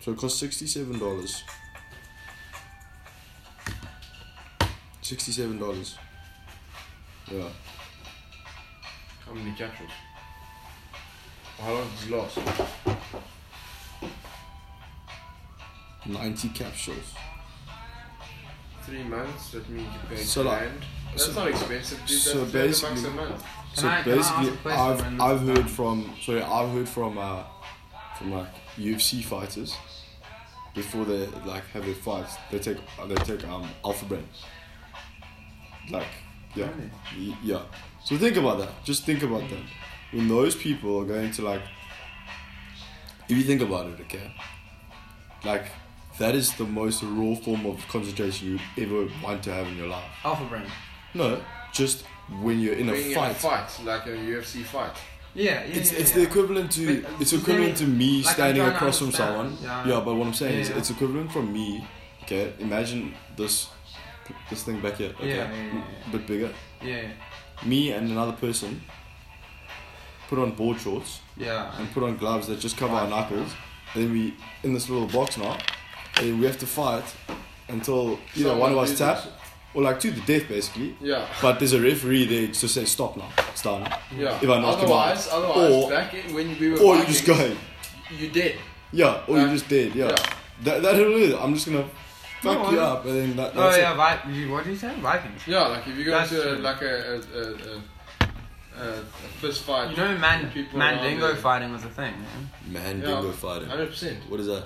[SPEAKER 3] So it costs sixty seven dollars. Sixty seven dollars. Yeah.
[SPEAKER 1] How many catches? How long does it last?
[SPEAKER 3] Ninety capsules.
[SPEAKER 1] Three months. That means you pay
[SPEAKER 3] So, like-
[SPEAKER 1] grand. That's
[SPEAKER 3] so-
[SPEAKER 1] not expensive, dude. That's
[SPEAKER 3] so
[SPEAKER 1] 300 bucks a
[SPEAKER 3] basically-
[SPEAKER 1] month.
[SPEAKER 2] Can
[SPEAKER 3] so
[SPEAKER 2] I- can I ask a
[SPEAKER 3] basically
[SPEAKER 2] question when
[SPEAKER 3] I've
[SPEAKER 2] this
[SPEAKER 3] I've
[SPEAKER 2] is
[SPEAKER 3] heard
[SPEAKER 2] done?
[SPEAKER 3] from sorry, I've heard from uh from like UFC fighters before they like have their fights, they take they take um alpha brain. Like yeah.
[SPEAKER 2] Really?
[SPEAKER 3] Y- Yeah. So think about that. Just think about that. When those people are going to like, if you think about it, okay, like that is the most raw form of concentration you would ever want to have in your life.
[SPEAKER 2] Alpha brand.
[SPEAKER 3] No, just when you're in a
[SPEAKER 1] Being
[SPEAKER 3] fight.
[SPEAKER 1] in a fight, like a UFC fight.
[SPEAKER 2] Yeah, yeah.
[SPEAKER 3] It's,
[SPEAKER 2] yeah,
[SPEAKER 3] it's
[SPEAKER 2] yeah.
[SPEAKER 3] the equivalent to
[SPEAKER 2] But, uh,
[SPEAKER 3] it's
[SPEAKER 2] you
[SPEAKER 3] equivalent to
[SPEAKER 2] know,
[SPEAKER 3] me
[SPEAKER 2] like, I'm
[SPEAKER 3] standing
[SPEAKER 2] trying to
[SPEAKER 3] across from
[SPEAKER 2] understand.
[SPEAKER 3] someone.
[SPEAKER 2] Yeah.
[SPEAKER 3] Yeah, but what I'm saying is
[SPEAKER 2] Yeah.
[SPEAKER 3] it's equivalent from me. Okay, imagine this this thing back here. Okay,
[SPEAKER 2] Yeah, yeah, yeah, yeah.
[SPEAKER 3] bit bigger.
[SPEAKER 2] Yeah,
[SPEAKER 3] me and another person put on board shorts
[SPEAKER 2] yeah.
[SPEAKER 3] and put on gloves that just cover our knuckles, and then we in this little box now, and then we have to fight until either
[SPEAKER 1] Someone
[SPEAKER 3] one of us
[SPEAKER 1] loses.
[SPEAKER 3] taps or like to the death basically.
[SPEAKER 1] Yeah.
[SPEAKER 3] But there's a referee there to say stop now, it's done,
[SPEAKER 1] Yeah.
[SPEAKER 3] If I knock him out.
[SPEAKER 1] otherwise, otherwise,
[SPEAKER 3] Or-
[SPEAKER 1] back in, when we were
[SPEAKER 3] or you just
[SPEAKER 1] fighting,
[SPEAKER 3] go,
[SPEAKER 1] You did.
[SPEAKER 3] yeah, or
[SPEAKER 2] Uh,
[SPEAKER 3] you
[SPEAKER 1] Right.
[SPEAKER 3] just dead, yeah.
[SPEAKER 1] Yeah.
[SPEAKER 3] That that it is. I'm just gonna fuck
[SPEAKER 2] No,
[SPEAKER 3] you
[SPEAKER 2] I-
[SPEAKER 3] up, and then that,
[SPEAKER 2] Oh
[SPEAKER 3] that's
[SPEAKER 2] yeah,
[SPEAKER 3] it.
[SPEAKER 2] Vi- you, what did you say? Vikings.
[SPEAKER 1] Yeah, like if you go
[SPEAKER 2] That's
[SPEAKER 1] to a,
[SPEAKER 2] true.
[SPEAKER 1] like a a, a, a, a fist fight.
[SPEAKER 2] You know, man,
[SPEAKER 1] People
[SPEAKER 2] mandingo
[SPEAKER 1] around you.
[SPEAKER 2] fighting was a thing. Man.
[SPEAKER 3] Man,
[SPEAKER 1] Yeah.
[SPEAKER 3] bingo fighting.
[SPEAKER 1] Hundred percent,
[SPEAKER 3] What is that?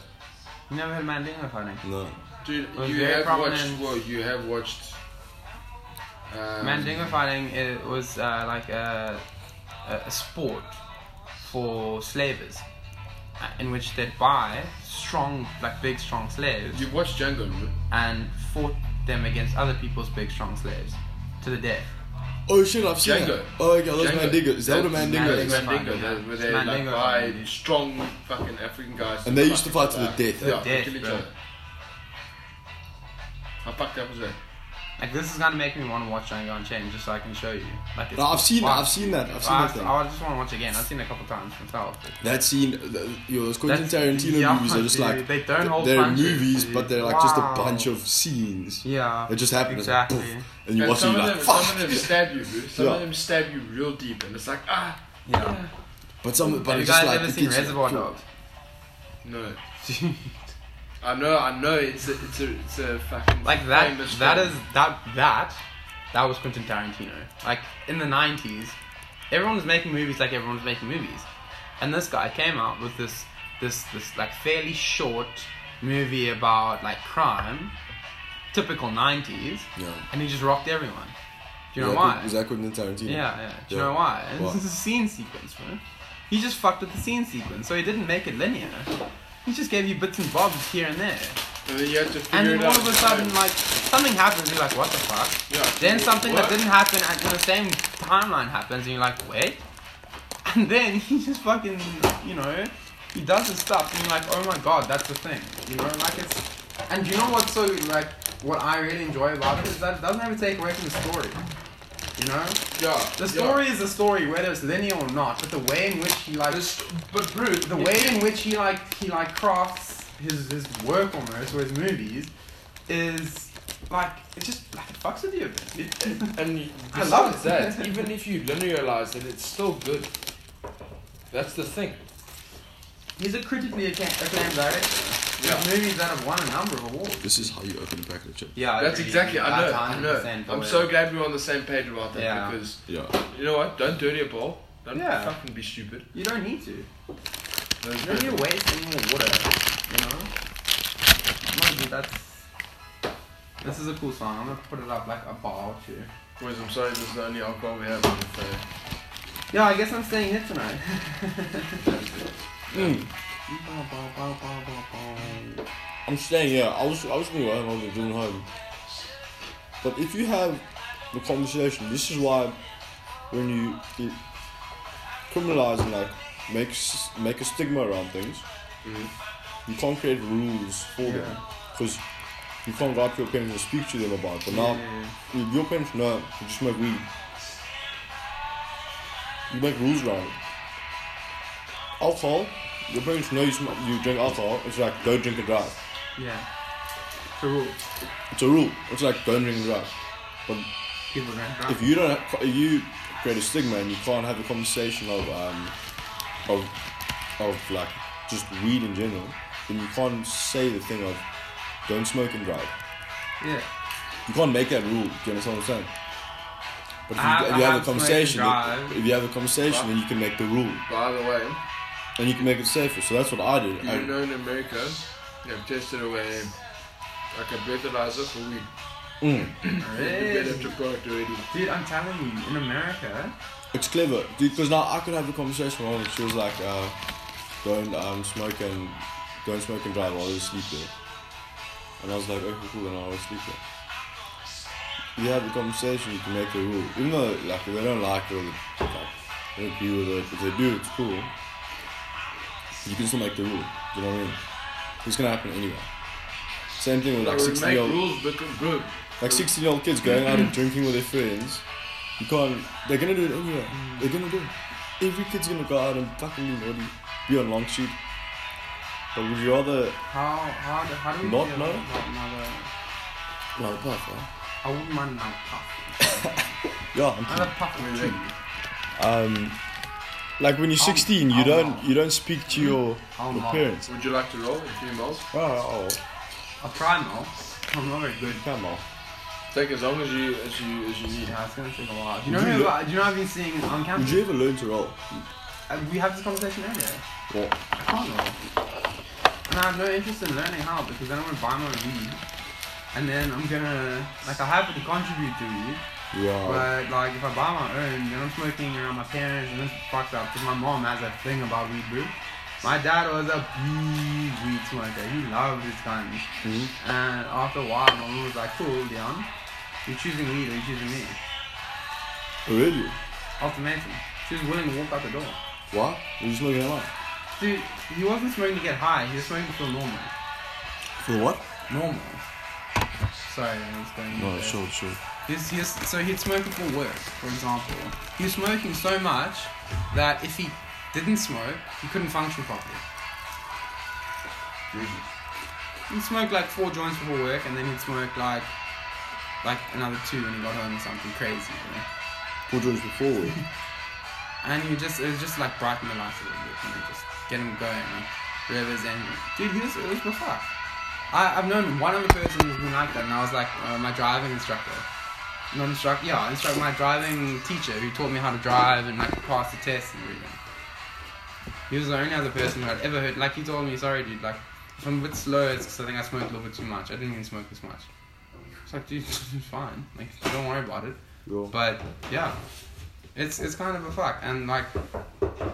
[SPEAKER 2] You never heard mandingo fighting?
[SPEAKER 3] No.
[SPEAKER 1] dude.
[SPEAKER 2] Well,
[SPEAKER 1] you
[SPEAKER 2] very
[SPEAKER 1] have watched.
[SPEAKER 2] prominent-
[SPEAKER 1] Well, you have watched. Um,
[SPEAKER 2] mandingo fighting it was uh, like a, a, a sport for slavers, uh, in which they'd buy strong, like big, strong slaves,
[SPEAKER 1] You've watched Django, no?
[SPEAKER 2] and fought them against other people's big, strong slaves to the death.
[SPEAKER 3] Oh shit, I've seen
[SPEAKER 1] Django.
[SPEAKER 3] that. Oh, okay, that's
[SPEAKER 1] Django.
[SPEAKER 3] Mandingo. Is that what a Mandingo
[SPEAKER 2] Mandingo.
[SPEAKER 3] is?
[SPEAKER 1] Mandingo, Mandingo,
[SPEAKER 2] fighting, yeah.
[SPEAKER 1] they- where
[SPEAKER 2] It's
[SPEAKER 1] they like
[SPEAKER 2] Mandingo
[SPEAKER 1] buy
[SPEAKER 2] fighting.
[SPEAKER 1] strong fucking African guys.
[SPEAKER 3] And they used to
[SPEAKER 1] fucking
[SPEAKER 3] fight to the
[SPEAKER 1] die.
[SPEAKER 3] death.
[SPEAKER 1] Yeah,
[SPEAKER 2] To the
[SPEAKER 1] they
[SPEAKER 2] death,
[SPEAKER 1] kill each
[SPEAKER 2] bro.
[SPEAKER 1] other. How fucked up was that?
[SPEAKER 2] Like this is gonna make me want to watch Django Unchained just so I can show you. Like it's
[SPEAKER 3] No, I've seen that.
[SPEAKER 2] wild.
[SPEAKER 3] I've seen that. I've seen
[SPEAKER 2] I,
[SPEAKER 3] that thing.
[SPEAKER 2] I just want to watch again. I've seen it a couple times myself.
[SPEAKER 3] That scene, the, yo, those Quentin
[SPEAKER 2] That's-
[SPEAKER 3] Tarantino
[SPEAKER 2] yeah,
[SPEAKER 3] movies are just
[SPEAKER 2] dude,
[SPEAKER 3] like
[SPEAKER 2] they don't hold
[SPEAKER 3] they're
[SPEAKER 2] punches,
[SPEAKER 3] movies,
[SPEAKER 2] dude.
[SPEAKER 3] but they're like just a
[SPEAKER 2] Wow.
[SPEAKER 3] bunch of scenes.
[SPEAKER 2] Yeah.
[SPEAKER 3] It just happens, like,
[SPEAKER 2] Exactly.
[SPEAKER 3] poof. and you
[SPEAKER 1] And
[SPEAKER 3] watch it,
[SPEAKER 1] some
[SPEAKER 3] you're
[SPEAKER 1] of
[SPEAKER 3] like
[SPEAKER 1] them, some
[SPEAKER 3] fuck.
[SPEAKER 1] of them stab you, dude. Some
[SPEAKER 3] Yeah.
[SPEAKER 1] of them stab you real deep, and it's like ah.
[SPEAKER 2] Yeah.
[SPEAKER 3] But some, but
[SPEAKER 2] Have you
[SPEAKER 3] it's
[SPEAKER 2] guys
[SPEAKER 3] just like
[SPEAKER 2] ever
[SPEAKER 3] it
[SPEAKER 2] seen
[SPEAKER 3] gets you,
[SPEAKER 2] Reservoir
[SPEAKER 3] cool.
[SPEAKER 2] Dogs?
[SPEAKER 1] No. I know, I know. It's a, it's a, it's a fucking
[SPEAKER 2] Like that.
[SPEAKER 1] Famous
[SPEAKER 2] That
[SPEAKER 1] film.
[SPEAKER 2] is that that that was Quentin Tarantino. Like in the nineties, everyone was making movies like everyone was making movies, and this guy came out with this this this like fairly short movie about like crime, typical nineties,
[SPEAKER 3] Yeah.
[SPEAKER 2] and he just rocked everyone. Do you know
[SPEAKER 3] was
[SPEAKER 2] why?
[SPEAKER 3] That, was that Quentin Tarantino?
[SPEAKER 2] Yeah, yeah. Do you
[SPEAKER 3] Yeah.
[SPEAKER 2] know why? And
[SPEAKER 3] Why?
[SPEAKER 2] This is a scene sequence, bro. He just fucked with the scene sequence, so he didn't make it linear. He just gave you bits and bobs here and there.
[SPEAKER 1] And then you have to figure
[SPEAKER 2] And then
[SPEAKER 1] it
[SPEAKER 2] all
[SPEAKER 1] out
[SPEAKER 2] of a
[SPEAKER 1] on
[SPEAKER 2] sudden,
[SPEAKER 1] your
[SPEAKER 2] like, something happens, you're like, what the fuck?
[SPEAKER 1] own. yeah.
[SPEAKER 2] Then something
[SPEAKER 1] What?
[SPEAKER 2] that didn't happen at in the same timeline happens, and you're like, wait? And then he just fucking, you know, he does his stuff, and you're like, oh my god, that's the thing. You know, like it's. And you know what's so, like, what I really enjoy about it is that it doesn't ever take away from the story. You know,
[SPEAKER 1] Yeah.
[SPEAKER 2] the story is a story, whether it's linear or not. But the way in which he
[SPEAKER 1] Yeah.
[SPEAKER 2] like
[SPEAKER 1] This, but Brew,
[SPEAKER 2] the way in which he like he like crafts his his work almost or his movies is like it just like it fucks with you a bit. It- it-
[SPEAKER 1] And y-
[SPEAKER 2] I love
[SPEAKER 1] besides
[SPEAKER 2] it.
[SPEAKER 1] that, even if you linearize it, it's still good. That's the thing.
[SPEAKER 2] he's a critically acca- acclaimed director.
[SPEAKER 1] Yeah.
[SPEAKER 2] There's movies that have won a number of awards.
[SPEAKER 3] This is how you open a packet of chips.
[SPEAKER 2] Yeah,
[SPEAKER 1] That's exactly. I know. I know. I'm so glad we're on the same page about that
[SPEAKER 2] Yeah.
[SPEAKER 1] because
[SPEAKER 3] Yeah.
[SPEAKER 1] you know what? Don't dirty a bowl. Don't
[SPEAKER 2] Yeah.
[SPEAKER 1] fucking be stupid.
[SPEAKER 2] You don't need to. You
[SPEAKER 1] No, it's
[SPEAKER 2] don't need
[SPEAKER 1] good.
[SPEAKER 2] to waste any more water. You know. Come on, dude, that's. This is a cool song. I'm gonna put it up like a bar or two.
[SPEAKER 1] Boys, I'm sorry. This is the only alcohol we have. I'm afraid.
[SPEAKER 2] Yeah, I guess I'm staying here tonight.
[SPEAKER 3] Mm. I'm staying here. I was I was gonna go home. I was going home. But if you have the conversation, this is why when you i- criminalize and like make s- make a stigma around things,
[SPEAKER 1] Mhm.
[SPEAKER 3] you can't create rules for them
[SPEAKER 2] Mm-hmm. Yeah.
[SPEAKER 3] because you can't go up to your parents and speak to them about. it. But now
[SPEAKER 2] Yeah.
[SPEAKER 3] if your parents know, you just make weed. You make rules around it. Alcohol, your parents know you smoke, you drink alcohol. It's like don't drink and drive.
[SPEAKER 2] Yeah. It's a rule.
[SPEAKER 3] It's a rule. It's like don't drink and drive.
[SPEAKER 2] People don't drive.
[SPEAKER 3] If you don't, have, if you create a stigma and you can't have a conversation of um, of of like just weed in general, then you can't say the thing of don't smoke and drive.
[SPEAKER 2] yeah.
[SPEAKER 3] You can't make that rule. Do you understand what I'm saying? But if you,
[SPEAKER 2] I-
[SPEAKER 3] if
[SPEAKER 2] I
[SPEAKER 3] you have
[SPEAKER 2] have smoked
[SPEAKER 3] a
[SPEAKER 2] Ah, and
[SPEAKER 3] conversation,
[SPEAKER 2] drive.
[SPEAKER 3] if you have a conversation, then you can make the rule
[SPEAKER 1] By the way,
[SPEAKER 3] and you can make it safer. So that's what I did.
[SPEAKER 1] you
[SPEAKER 3] I,
[SPEAKER 1] know in America, they've tested away like a breathalyzer for weed.
[SPEAKER 3] Mm.
[SPEAKER 1] They've
[SPEAKER 2] Really?
[SPEAKER 1] developed a product already.
[SPEAKER 2] Dude, I'm telling you, in America,
[SPEAKER 3] It's clever because now I could have a conversation with her. and She was like, uh, "Don't um, smoke and don't smoke and drive. I'll just sleep there." And I was like, "Okay, cool. Then I'll just sleep there." You have a conversation, you can make a rule. Even though like if they don't like it or they, like, they don't agree with it, if they do, it's cool. You can still make the rule. Do you know what I mean? It's gonna happen anyway. Same thing with
[SPEAKER 1] Like,
[SPEAKER 3] like
[SPEAKER 1] we
[SPEAKER 3] sixteen
[SPEAKER 1] make
[SPEAKER 3] year old
[SPEAKER 1] rules, but good.
[SPEAKER 3] like 16 year old kids going out and drinking with their friends. You can't. They're gonna do it anyway. They're gonna do it. Every kid's gonna go out and fucking be naughty, be on long shoot. But would you rather.
[SPEAKER 2] how how do, how do we
[SPEAKER 3] Not
[SPEAKER 2] feel
[SPEAKER 3] know?
[SPEAKER 2] about another?
[SPEAKER 3] No, puff, huh?
[SPEAKER 2] I wouldn't mind another puff.
[SPEAKER 3] Yeah, I'm
[SPEAKER 2] Another puff would be
[SPEAKER 1] Really?
[SPEAKER 3] Um, like when you're 16, you don't you don't speak to your,
[SPEAKER 2] I'll
[SPEAKER 3] your
[SPEAKER 2] not.
[SPEAKER 3] parents.
[SPEAKER 1] Would you like to roll in three miles?
[SPEAKER 3] Oh, oh,
[SPEAKER 2] I'll try more. I'm not very good.
[SPEAKER 3] come on.
[SPEAKER 1] Take as long as you as you as you need.
[SPEAKER 2] Yeah, it's gonna take a while. Do you know
[SPEAKER 3] Would you
[SPEAKER 2] who?
[SPEAKER 3] look-
[SPEAKER 2] I- Do you know I've been seeing on
[SPEAKER 3] Would
[SPEAKER 2] campus?
[SPEAKER 3] you ever learn to roll?
[SPEAKER 2] Uh, We have this conversation earlier.
[SPEAKER 3] What?
[SPEAKER 2] I can't roll, and I have no interest in learning how because then I'm gonna buy my weed, and then I'm gonna like I have to contribute to weed.
[SPEAKER 3] Yeah.
[SPEAKER 2] But like, if I buy my own, then I'm smoking around my parents, and it's fucked up. Cause my mom has a thing about weed, bro. My dad was a huge weed smoker. He loved his guns.
[SPEAKER 3] Mhm.
[SPEAKER 2] And after a while, my mom was like, "Cool, Leon, you're choosing weed, or you're choosing me."
[SPEAKER 3] Really?
[SPEAKER 2] Ultimately, she was willing to walk out the door.
[SPEAKER 3] What? Were you smoking that out?
[SPEAKER 2] Dude, he wasn't smoking to get high. He was smoking to feel normal.
[SPEAKER 3] For what?
[SPEAKER 2] Normal. Sorry, I was going.
[SPEAKER 3] No,
[SPEAKER 2] there.
[SPEAKER 3] sure, sure.
[SPEAKER 2] He's, he's, so he'd smoke before work, for example. He was smoking so much that if he didn't smoke, he couldn't function properly. He'd smoke like four joints before work, and then he'd smoke like like another two when he got home or something crazy. You know?
[SPEAKER 3] Four joints before. work.
[SPEAKER 2] And he just it was just like brighten the lights a little bit, you know, just get him going. And rivers and dude, he was it was before. I I've known one other person who's been like that, and I was like uh, my driving instructor, not instructor, yeah, instructor, my driving teacher who taught me how to drive and like pass the test and everything. He was the only other person who I'd ever heard. Like he told me, sorry, dude, like if I'm a bit slow, it's 'cause I think I smoked a little bit too much. I didn't even smoke this much. It's like, dude, it's fine. Like, don't worry about it.
[SPEAKER 3] Yeah.
[SPEAKER 2] But yeah, it's it's kind of a fuck. And like,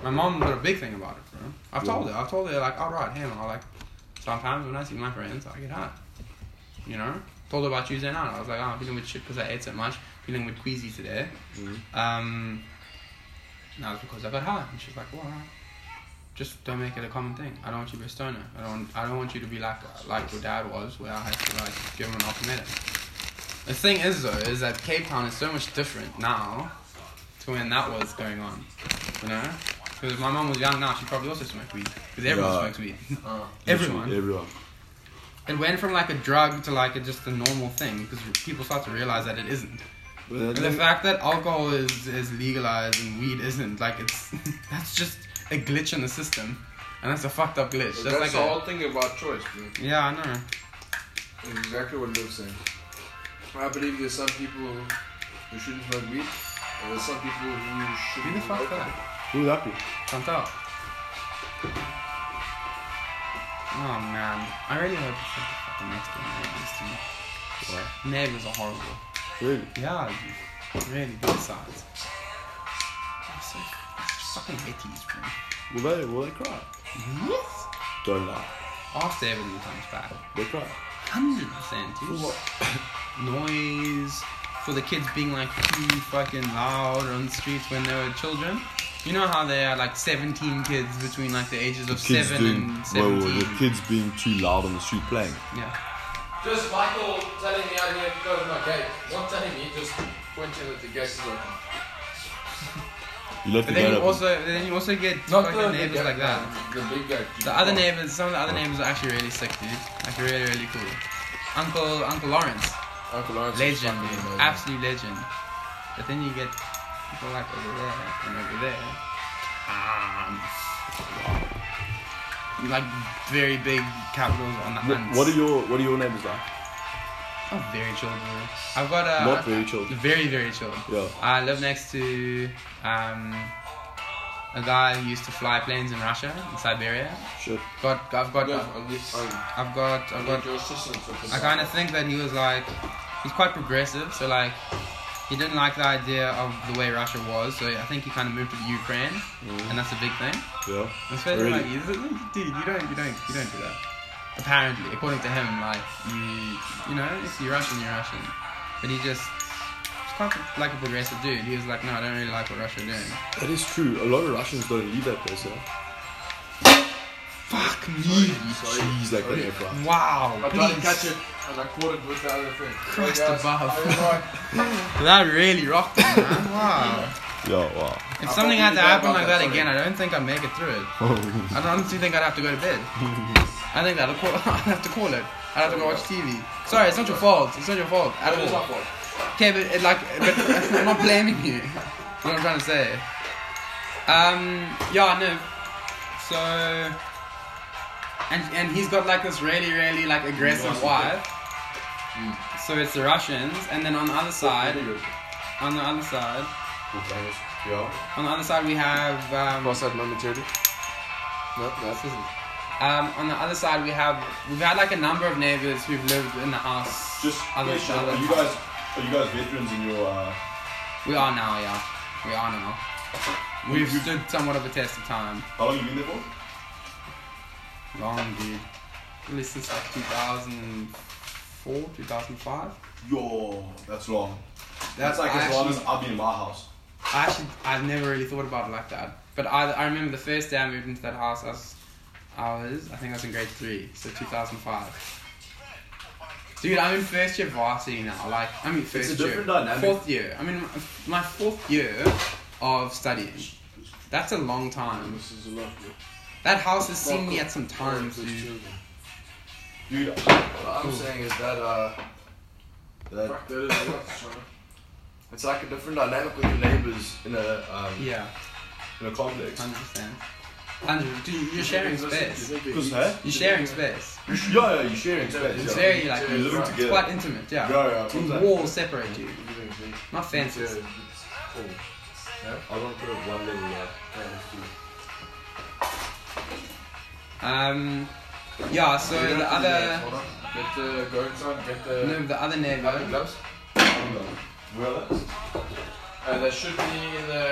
[SPEAKER 2] my mom got a big thing about it, bro. I've told her. I've told her like, alright, hang on. I like sometimes when I see my friends, I get high. You know, told her about Tuesday night. I was like, oh, I'm feeling a bit shit because I ate so much. Feeling a bit queasy today.
[SPEAKER 3] Mhm.
[SPEAKER 2] Um, now it's because I got high. And she's like, wow. just don't make it a common thing. I don't want you to be a stoner. I don't. I don't want you to be like like your dad was, where I had to like give him an ultimatum. The thing is though, is that Cape Town is so much different now to when that was going on. You know, because if my mom was young now, she probably also smoked weed. Because everyone
[SPEAKER 3] Yeah.
[SPEAKER 2] smokes weed.
[SPEAKER 1] Uh,
[SPEAKER 2] everyone.
[SPEAKER 3] Everyone.
[SPEAKER 2] It went from like a drug to like a, just a normal thing because people start to realize that it isn't.
[SPEAKER 3] But
[SPEAKER 2] And the fact that alcohol is, is legalized and weed isn't, like it's that's just a glitch in the system, and that's a fucked up glitch.
[SPEAKER 1] that's
[SPEAKER 2] That's, like
[SPEAKER 1] the
[SPEAKER 2] a-
[SPEAKER 1] whole thing about choice, bro.
[SPEAKER 2] yeah, I know.
[SPEAKER 1] That's exactly what Liv's saying. I believe there's some people who shouldn't smoke weed, and there's some people who
[SPEAKER 2] Who
[SPEAKER 1] shouldn't.
[SPEAKER 2] the fuck
[SPEAKER 1] smoke
[SPEAKER 2] that?
[SPEAKER 3] who would that be?
[SPEAKER 2] Chantal. Oh man, I really hope it's like the fucking next door neighbors to me. Neighbors are horrible.
[SPEAKER 3] Really?
[SPEAKER 2] Yeah, dude. really good sides. I'm so I fucking hate these bro.
[SPEAKER 3] Will they? Will they cry?
[SPEAKER 2] Yes.
[SPEAKER 3] Don't lie.
[SPEAKER 2] After everything comes back,
[SPEAKER 3] They cry.
[SPEAKER 2] hundred percent, dude. noise, for the kids being like too fucking loud on the streets when they were children. You know how there are like 17 kids between like the ages of 7 and 17?
[SPEAKER 3] kids being too loud on the street playing.
[SPEAKER 2] Yeah.
[SPEAKER 1] Just Michael telling me I need to go to my gate. Not telling me, just pointing at the gate. is open.
[SPEAKER 3] You left
[SPEAKER 2] But then you also then you also get
[SPEAKER 1] Not
[SPEAKER 2] fucking
[SPEAKER 1] the
[SPEAKER 2] neighbors
[SPEAKER 1] gate,
[SPEAKER 2] like that.
[SPEAKER 1] The big gate.
[SPEAKER 2] The other neighbors, some of the other neighbors are actually really sick, dude. Like really, really cool. Uncle Uncle Lawrence,
[SPEAKER 1] Uncle Lawrence. is
[SPEAKER 2] legend,
[SPEAKER 1] fucking
[SPEAKER 2] dude.
[SPEAKER 1] amazing.
[SPEAKER 2] absolute legend. But then you get people like over there and over there. Um, you like very big capitals on the hunts.
[SPEAKER 3] What are your What are your neighbors like?
[SPEAKER 2] Not very chill, bro. I've got a
[SPEAKER 3] Not very chill.
[SPEAKER 2] very very chill.
[SPEAKER 3] Yeah.
[SPEAKER 2] I live next to um, a guy who used to fly planes in Russia, in Siberia.
[SPEAKER 3] Shit.
[SPEAKER 2] Got I've got
[SPEAKER 1] Yeah, I need, I
[SPEAKER 2] I've got I've
[SPEAKER 1] need
[SPEAKER 2] got
[SPEAKER 1] your assistance with this.
[SPEAKER 2] I kind of think that he was like he's quite progressive, so like he didn't like the idea of the way Russia was, so I think he kind of moved to the Ukraine, and that's a big thing.
[SPEAKER 3] Yeah.
[SPEAKER 2] Especially
[SPEAKER 3] Really?
[SPEAKER 2] like, he's- dude, you don't, you don't, you don't do that. Apparently, according to him, like you, you know, if you're Russian, you're Russian. But he just, he's quite like a progressive dude. He was like, no, I don't really like what Russia are doing.
[SPEAKER 3] That is true. A lot of Russians don't leave that place. Yeah.
[SPEAKER 2] Fuck me.
[SPEAKER 1] Sorry.
[SPEAKER 3] Jeez, like
[SPEAKER 1] Sorry.
[SPEAKER 3] they cry.
[SPEAKER 2] Wow.
[SPEAKER 1] I tried to
[SPEAKER 2] please.
[SPEAKER 1] catch it and I caught it with the other thing.
[SPEAKER 2] Christ
[SPEAKER 1] Sorry, guys.
[SPEAKER 2] above.
[SPEAKER 1] I don't know.
[SPEAKER 2] That really rocked, me, man. Wow.
[SPEAKER 3] Yeah. Wow.
[SPEAKER 2] If
[SPEAKER 1] I
[SPEAKER 2] something
[SPEAKER 1] probably
[SPEAKER 2] had to
[SPEAKER 1] know
[SPEAKER 2] happen
[SPEAKER 1] about that,
[SPEAKER 2] like that
[SPEAKER 1] sorry.
[SPEAKER 2] again, I don't think I'd make it through it. I don't honestly think I'd have to go to bed. I think that'll call, I'd have to call it. I'd have to go watch TV. Sorry, it's not your fault. It's not your fault at
[SPEAKER 1] It is
[SPEAKER 2] all.
[SPEAKER 1] my fault.
[SPEAKER 2] Okay, but it, like, but I'm not blaming you. You know what I'm trying to say? Um, yeah, I know. So, and and he's got like this really, really like aggressive wife. So it's the Russians, and then on the other side,
[SPEAKER 1] Really good.
[SPEAKER 2] on the other side,
[SPEAKER 3] Yeah.
[SPEAKER 2] on the other side we have um,
[SPEAKER 1] Cross that momentarily. No, that isn't.
[SPEAKER 2] um, on the other side we have we've had like a number of neighbors who've lived in the house.
[SPEAKER 3] Just
[SPEAKER 2] other-
[SPEAKER 3] question,
[SPEAKER 2] other
[SPEAKER 3] Are you guys Are you guys veterans in your uh,
[SPEAKER 2] We are now, yeah, we are now. We've
[SPEAKER 3] You-
[SPEAKER 2] stood somewhat of a test of time.
[SPEAKER 3] How long you been there for?
[SPEAKER 2] Long, dude. Really since like 2004, 2005.
[SPEAKER 3] Yo, that's long. That's like as long as I've been in my house.
[SPEAKER 2] I actually, I've never really thought about it like that. But I, I remember the first day I moved into that house, I was, I was, I think I was in grade three, so 2005. Dude, I'm in first year varsity now. Like, I mean, first
[SPEAKER 3] a
[SPEAKER 2] year,
[SPEAKER 3] different dynamic.
[SPEAKER 2] fourth year. I mean, my fourth year of studying. That's a long time.
[SPEAKER 1] This is a lot. bro.
[SPEAKER 2] That house has seen me at some times,
[SPEAKER 1] These
[SPEAKER 2] dude.
[SPEAKER 1] children.
[SPEAKER 3] Dude,
[SPEAKER 1] What I'm saying is that uh,
[SPEAKER 3] that,
[SPEAKER 1] fuck, that is a lot, son.
[SPEAKER 3] it's like a different dynamic with your neighbors in a um,
[SPEAKER 2] Yeah,
[SPEAKER 3] in a complex.
[SPEAKER 2] 100%. 100 Dude, you're sharing space.
[SPEAKER 3] Because hey,
[SPEAKER 2] You're sharing space.
[SPEAKER 3] you sh- yeah, yeah, you're sharing space.
[SPEAKER 2] It's
[SPEAKER 3] yeah.
[SPEAKER 2] very like
[SPEAKER 3] You're living
[SPEAKER 1] It's
[SPEAKER 2] it's
[SPEAKER 3] together.
[SPEAKER 2] quite intimate,
[SPEAKER 3] yeah,
[SPEAKER 2] yeah.
[SPEAKER 3] yeah. that's what I'm
[SPEAKER 2] The
[SPEAKER 3] saying.
[SPEAKER 2] walls separate you,
[SPEAKER 1] Fancy.
[SPEAKER 2] not fences.
[SPEAKER 1] I want to put it one level
[SPEAKER 3] uh,
[SPEAKER 1] up. Yeah, let's do it.
[SPEAKER 2] Um, yeah. So
[SPEAKER 1] You don't
[SPEAKER 2] the
[SPEAKER 1] have to do that,
[SPEAKER 2] other
[SPEAKER 1] hold on. Get the go inside, get the
[SPEAKER 2] no, the other
[SPEAKER 1] leather
[SPEAKER 2] neighbor.
[SPEAKER 1] gloves.
[SPEAKER 3] Hold on. Well, that's-
[SPEAKER 1] Uh, they should be in the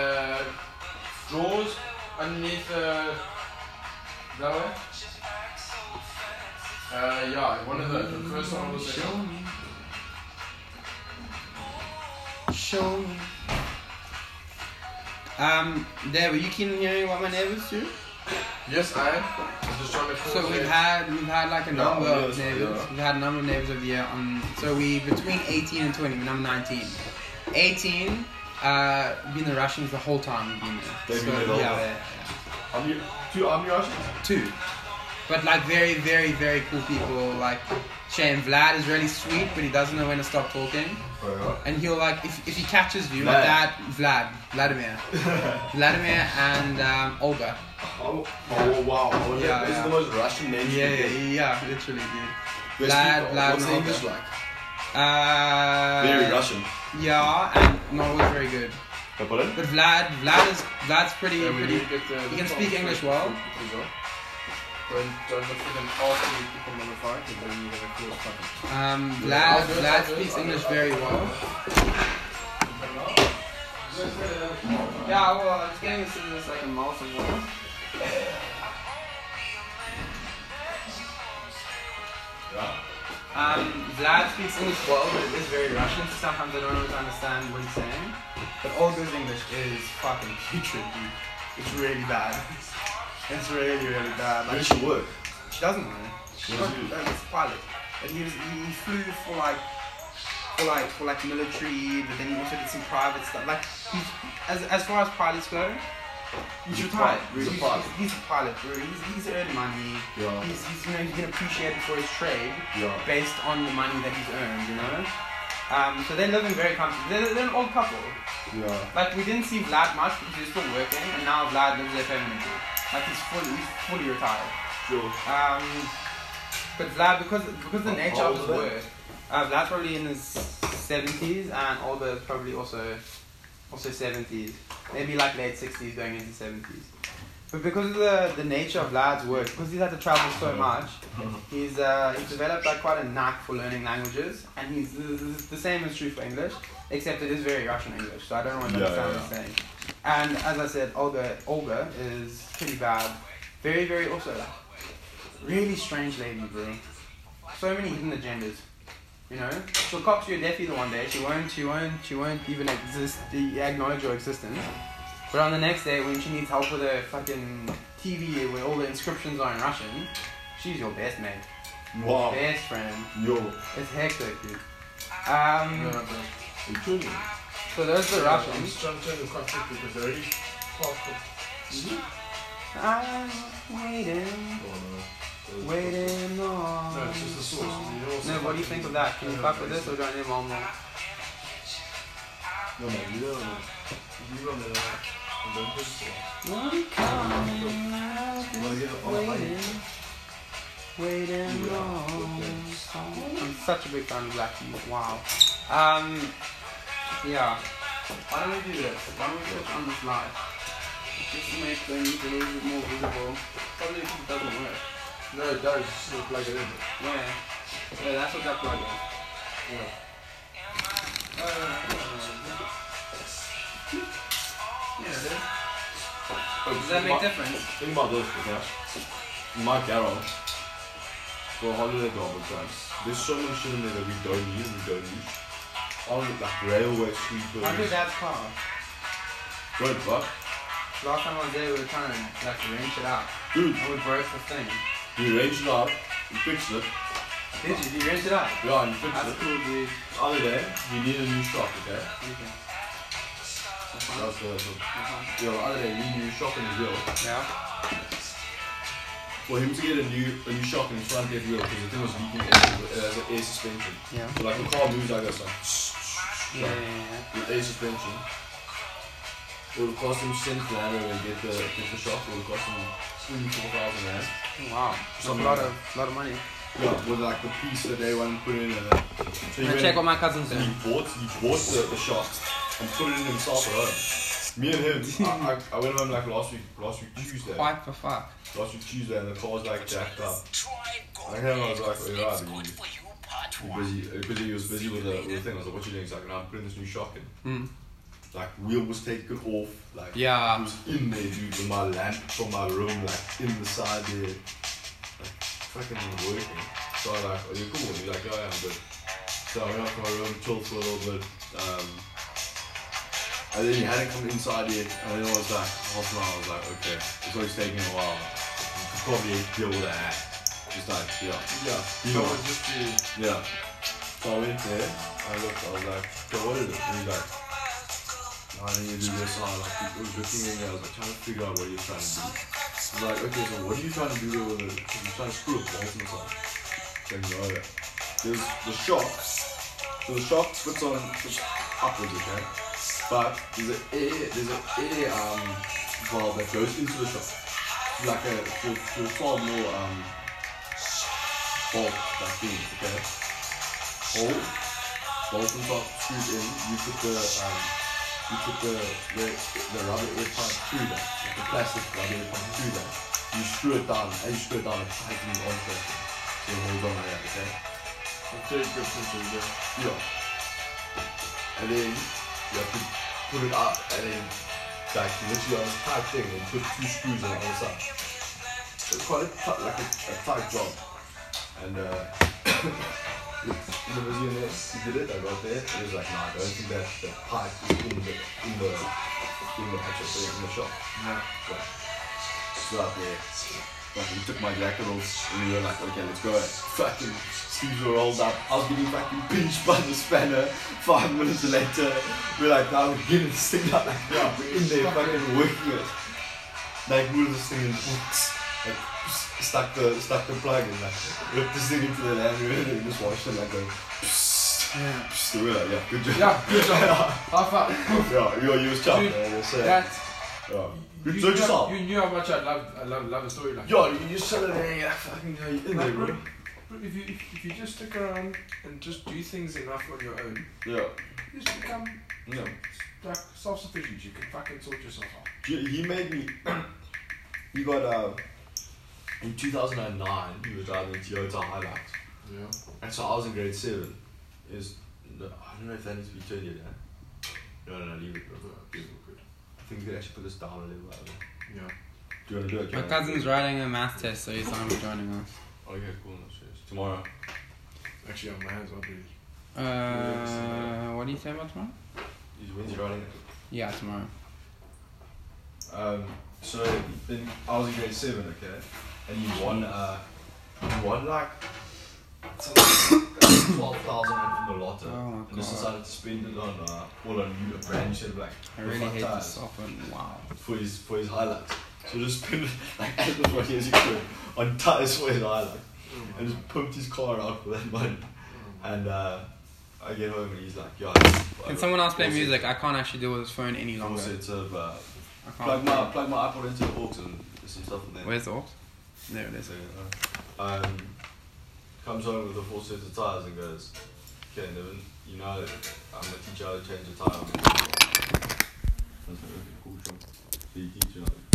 [SPEAKER 1] drawers underneath the that way. Uh, yeah, one of those. The first one was the
[SPEAKER 2] Show me. Show me. Um, there. Were you keen on hearing what my neighbors do?
[SPEAKER 1] Yes, I am. I'm just trying to call
[SPEAKER 2] So
[SPEAKER 1] it.
[SPEAKER 2] we've had we've had like a
[SPEAKER 3] No,
[SPEAKER 2] number of
[SPEAKER 3] yes,
[SPEAKER 2] neighbors.
[SPEAKER 3] Oh, yeah.
[SPEAKER 2] We've had a number of neighbors of the year. On so we between 18 and 20. We're number 19. 18, uh, been the Russians the whole time we've been there.
[SPEAKER 3] They've
[SPEAKER 2] so,
[SPEAKER 3] been there the whole
[SPEAKER 2] yeah,
[SPEAKER 3] time.
[SPEAKER 2] yeah,
[SPEAKER 3] Army, two army Russians?
[SPEAKER 2] yeah. two, but like very very very cool people. Like Shane Vlad is really sweet, but he doesn't know when to stop talking.
[SPEAKER 3] Oh,
[SPEAKER 2] And he'll like if, if he catches you
[SPEAKER 3] Vlad.
[SPEAKER 2] like that, Vlad, Vladimir, Vladimir and um, Olga.
[SPEAKER 3] oh, oh wow. Oh,
[SPEAKER 2] Yeah,
[SPEAKER 3] this
[SPEAKER 2] yeah.
[SPEAKER 3] is the most Russian name.
[SPEAKER 2] Yeah, yeah, yeah, literally, dude. Vlad,
[SPEAKER 3] Best people.
[SPEAKER 2] Vlad,
[SPEAKER 3] What's the
[SPEAKER 2] Vlad.
[SPEAKER 3] English like?
[SPEAKER 2] Uh,
[SPEAKER 3] Very Russian.
[SPEAKER 2] Yeah, and not always very good.
[SPEAKER 3] No, pardon?
[SPEAKER 2] But Vlad, Vlad is Vlad's pretty,
[SPEAKER 1] Yeah, we
[SPEAKER 2] pretty.
[SPEAKER 1] need to get the, the
[SPEAKER 2] you can
[SPEAKER 1] top
[SPEAKER 2] speak
[SPEAKER 1] three
[SPEAKER 2] English well.
[SPEAKER 1] people as well. Don't, don't look for them after you pick them on the fight, and then you're going to cause fucking.
[SPEAKER 2] Um,
[SPEAKER 1] I'll
[SPEAKER 2] Vlad,
[SPEAKER 1] do it,
[SPEAKER 2] Vlad
[SPEAKER 1] I'll do it,
[SPEAKER 2] speaks
[SPEAKER 1] I'll do
[SPEAKER 2] English
[SPEAKER 1] it, I'll do
[SPEAKER 2] very
[SPEAKER 1] it.
[SPEAKER 2] well. Yeah, well, I'm just getting this in this like a mouth of words.
[SPEAKER 3] Yeah.
[SPEAKER 2] Um, Vlad speaks English well, but it is very Russian, so sometimes I don't always understand what he's saying. But Olga's English is fucking putrid, dude. It's really bad. It's really, really bad.
[SPEAKER 3] Where
[SPEAKER 2] Like,
[SPEAKER 3] does she work?
[SPEAKER 2] She doesn't know. She's not
[SPEAKER 3] What does he do?
[SPEAKER 2] like, a pilot. But he was he, he flew for like for like for like military, but then he also did some private stuff. Like he's, as as far as pilots go, he's,
[SPEAKER 3] He's a
[SPEAKER 2] retired.
[SPEAKER 3] pilot. He's a
[SPEAKER 2] he's,
[SPEAKER 3] pilot.
[SPEAKER 2] he's a pilot, bro. He's he's earned money.
[SPEAKER 3] Yeah.
[SPEAKER 2] He's, he's you know he's been appreciated for his trade
[SPEAKER 3] Yeah.
[SPEAKER 2] based on the money that he's earned, you know. Um, so they're living very comfortable. They're, they're an old couple.
[SPEAKER 3] Yeah.
[SPEAKER 2] Like we didn't see Vlad much because he was still working, and now Vlad lives there permanently. Like he's fully he's fully retired.
[SPEAKER 3] Sure.
[SPEAKER 2] Um, but Vlad, because because the
[SPEAKER 3] How
[SPEAKER 2] nature of
[SPEAKER 3] old
[SPEAKER 2] his
[SPEAKER 3] is Vlad?
[SPEAKER 2] work, uh, Vlad's probably in his seventies, and Olga's probably also also seventies, maybe like late sixties, going into seventies. But because of the, the nature of Vlad's work, because he's had to travel
[SPEAKER 3] Mm-hmm.
[SPEAKER 2] so much, he's uh, he's developed like quite a knack for learning languages, and he's the, the, the same is true for English, except it is very Russian English, so I don't always
[SPEAKER 3] Yeah,
[SPEAKER 2] understand
[SPEAKER 3] yeah,
[SPEAKER 2] what he's saying. And as I said, Olga Olga is pretty bad, very very also like really strange lady, bro. So many hidden agendas. You know, she'll cop you a deaf either one day. She won't. She won't. She won't even exist. Acknowledge your existence. But on the next day, when she needs help with her fucking TV, where all the inscriptions are in Russian, she's your best mate,
[SPEAKER 1] Oh.
[SPEAKER 3] Wow.
[SPEAKER 2] best friend.
[SPEAKER 3] Yo.
[SPEAKER 2] It's hectic, dude. Um,
[SPEAKER 1] Yeah, but-
[SPEAKER 3] Including.
[SPEAKER 2] so those are the
[SPEAKER 1] I'm just
[SPEAKER 2] Russians.
[SPEAKER 1] trying to turn the quick because they're already past it.
[SPEAKER 2] Mm-hmm. I'm waiting, waiting on.
[SPEAKER 1] No, it's just the sauce. You know what's
[SPEAKER 2] No, what do you think of that? Can you fuck with this or do I need one more?
[SPEAKER 3] No, no, you don't.
[SPEAKER 1] You run it out. And don't put it on.
[SPEAKER 2] I'm coming out.
[SPEAKER 3] You wanna get it on a
[SPEAKER 2] Waiting,
[SPEAKER 3] plane?
[SPEAKER 2] waiting on. I'm such a big fan of Black Keys. Wow. Um, yeah. Why don't we do this? Why don't we switch on this live? Just to make things a little bit more visible. Probably because it doesn't work.
[SPEAKER 1] No, it does. Just sort of plug it in.
[SPEAKER 2] Yeah. Yeah, that's what that plug is.
[SPEAKER 1] Yeah.
[SPEAKER 2] Uh, yeah, it is. Does that make difference?
[SPEAKER 3] Think about this, okay? My garage, for holiday garbage time, there's so much shit in there that we don't use, we don't use. All the, like railway sweepers.
[SPEAKER 2] I do that car.
[SPEAKER 3] Don't fuck.
[SPEAKER 2] Last time I was there, we were trying to like wrench it out.
[SPEAKER 3] Dude,
[SPEAKER 2] And we broke the thing.
[SPEAKER 3] you arrange it out, you fix it,
[SPEAKER 2] Did you? Did you wrench it out?
[SPEAKER 3] yeah, and you fix
[SPEAKER 2] That's
[SPEAKER 3] it.
[SPEAKER 2] cool, dude.
[SPEAKER 3] The other day, we need a new shock, okay?
[SPEAKER 2] Okay.
[SPEAKER 3] That's the that's the-
[SPEAKER 2] Uh-huh.
[SPEAKER 3] Yeah, the other day, we need a new shock in his wheel.
[SPEAKER 2] Yeah.
[SPEAKER 3] For him to get a new a new shock in his front left wheel, because the thing was leaking air, uh, air suspension.
[SPEAKER 2] Yeah.
[SPEAKER 3] So like the car moves like this, like,
[SPEAKER 2] Yeah, yeah, yeah.
[SPEAKER 3] with a suspension. It would cost him six rand and get the get the shock. It would cost him three four thousand rand.
[SPEAKER 2] Wow. That's a
[SPEAKER 3] Something
[SPEAKER 2] lot
[SPEAKER 3] like
[SPEAKER 2] of, lot of money.
[SPEAKER 3] Yeah, with like the piece that they want to put in. And that. So he
[SPEAKER 2] I'm gonna
[SPEAKER 3] went-
[SPEAKER 2] check what my cousin's
[SPEAKER 3] he
[SPEAKER 2] doing.
[SPEAKER 3] bought he bought the, the shock and put it in himself at home. Me and him, I, I, I went home like last week, last week Tuesday,
[SPEAKER 2] Quite the fuck.
[SPEAKER 3] last week Tuesday, and the car was like jacked up. I came home, I was like, oh, you're right. He busy, uh, busy, he was busy with the, with the thing. I was like, what you doing? He's like, no, I'm putting this new shock in.
[SPEAKER 2] Mm.
[SPEAKER 3] Like wheel was taken off. Like I
[SPEAKER 2] Yeah.
[SPEAKER 3] was in there, dude, with my lamp from my room, like in the side there, like fucking working. So I was like, are you cool? And he's like, oh, yeah, I am, but. So I went up to my room, chilled for a little bit, um, And then he hadn't come inside yet, and then I was like, half an hour, I was like, okay, it's always taking a while. Could Probably deal with that. Just like, yeah,
[SPEAKER 1] Yeah.
[SPEAKER 3] You
[SPEAKER 1] So
[SPEAKER 3] know.
[SPEAKER 1] it's just the-
[SPEAKER 3] yeah. So I went there, I looked, I was like, so what is it? And he's like, I need to do this, and I like, he was looking at me, I was like, trying to figure out what you're trying to do. He's like, okay, so what are you trying to do there with it? You're trying to screw up balls and stuff. Like, no, yeah. There's the shock. So the shock puts on just upwards, okay? But there's an air, there's an air um, valve that goes into the shock. Like a, to, to a far more um, bolt, like thing, okay? Hole, bolt and top screwed in, you put the, um, you put the, the, the rubber air pipe through that, like the plastic rubber air pipe through that. You screw it down, as you screw it down, it tightens onto that thing. It holds on like that, okay?
[SPEAKER 1] the third grip sensor, yeah.
[SPEAKER 3] Yeah. And then you have to put it up and then like literally on this tight thing and put two screws on the other side. So it's quite a tight, like a, a tight job. And uh the millionaire he did it, I got there, and he was like, nah, I don't think that the pipe is in the in the in the actual thing in the shop.
[SPEAKER 1] No.
[SPEAKER 3] But stood up there. Like, he took my jacket off and we were like, okay, let's go. Fucking sleeves were rolled up. I was getting fucking pinched by the spanner. Five minutes later, we're like, now we're getting this thing out. Like, yeah, we're in there fucking working it. Like, moved this thing in books. Like, s- stuck the, stuck the plug and like, ripped this thing into the land and just washed it like a psst.
[SPEAKER 2] Yeah.
[SPEAKER 3] Psst. We're like, yeah, good job.
[SPEAKER 1] Yeah, good job. High five.
[SPEAKER 3] yeah, you, you was chuffed,
[SPEAKER 1] Dude,
[SPEAKER 3] man. Yes, sir.
[SPEAKER 1] Oh, That's
[SPEAKER 3] yeah.
[SPEAKER 1] you,
[SPEAKER 3] Good job, yourself.
[SPEAKER 1] knew, you knew how much I loved I love love a story like
[SPEAKER 3] Yo, you just sell it there, yeah, fucking go in
[SPEAKER 1] Like,
[SPEAKER 3] there, bro.
[SPEAKER 1] But if you if, if you just stick around and just do things enough on your own,
[SPEAKER 3] Yeah,
[SPEAKER 1] you just become
[SPEAKER 3] no.
[SPEAKER 1] like self sufficient. You can fucking sort yourself out.
[SPEAKER 3] He he made me. He got, uh, in 2009, he was driving a Toyota Hilux.
[SPEAKER 1] Yeah.
[SPEAKER 3] And so I was in grade 7. It was, no, I don't know if that needs to be turned yet, eh? No, no, no, leave it, bro. Leave it, good. I think we could actually put this down a little bit.
[SPEAKER 1] Yeah.
[SPEAKER 3] Do you want to do it?
[SPEAKER 2] My
[SPEAKER 3] Jonah?
[SPEAKER 2] cousin's writing a math test, so he's not gonna be joining us.
[SPEAKER 3] Okay, Oh, cool, no stress. Tomorrow.
[SPEAKER 1] Actually, on my hands, I'll do.
[SPEAKER 2] Uh, what do you say about tomorrow?
[SPEAKER 3] Is Wednesday running?
[SPEAKER 2] Yeah, tomorrow.
[SPEAKER 3] Um, so in, I was in grade seven, okay, and you won, uh, you won like twelve thousand rand from the lotto,
[SPEAKER 2] Oh my
[SPEAKER 3] and just
[SPEAKER 2] God.
[SPEAKER 3] decided to spend it on uh, all on you, a brand new set of like
[SPEAKER 2] I really hate
[SPEAKER 3] Fuck
[SPEAKER 2] this soften. Wow.
[SPEAKER 3] for his for his highlights. So just spend like as much money as he could on tires for his highlights,
[SPEAKER 1] Oh
[SPEAKER 3] and just pumped his car out with that money. And uh, I get home and he's like, "Yo,
[SPEAKER 2] Can someone else play music? I can't actually deal with this phone any
[SPEAKER 3] Four
[SPEAKER 2] longer.
[SPEAKER 3] sets of uh,
[SPEAKER 2] I
[SPEAKER 3] plug
[SPEAKER 2] can't.
[SPEAKER 3] my plug my iPod into the aux and there's some stuff in there.
[SPEAKER 2] Where's the aux? There it is.
[SPEAKER 3] So, uh, um, comes home with a full set of tires and goes, okay, Niven, you know, I'm gonna teach you how to change a tire. I was like, okay, cool, sure. So you teach you how to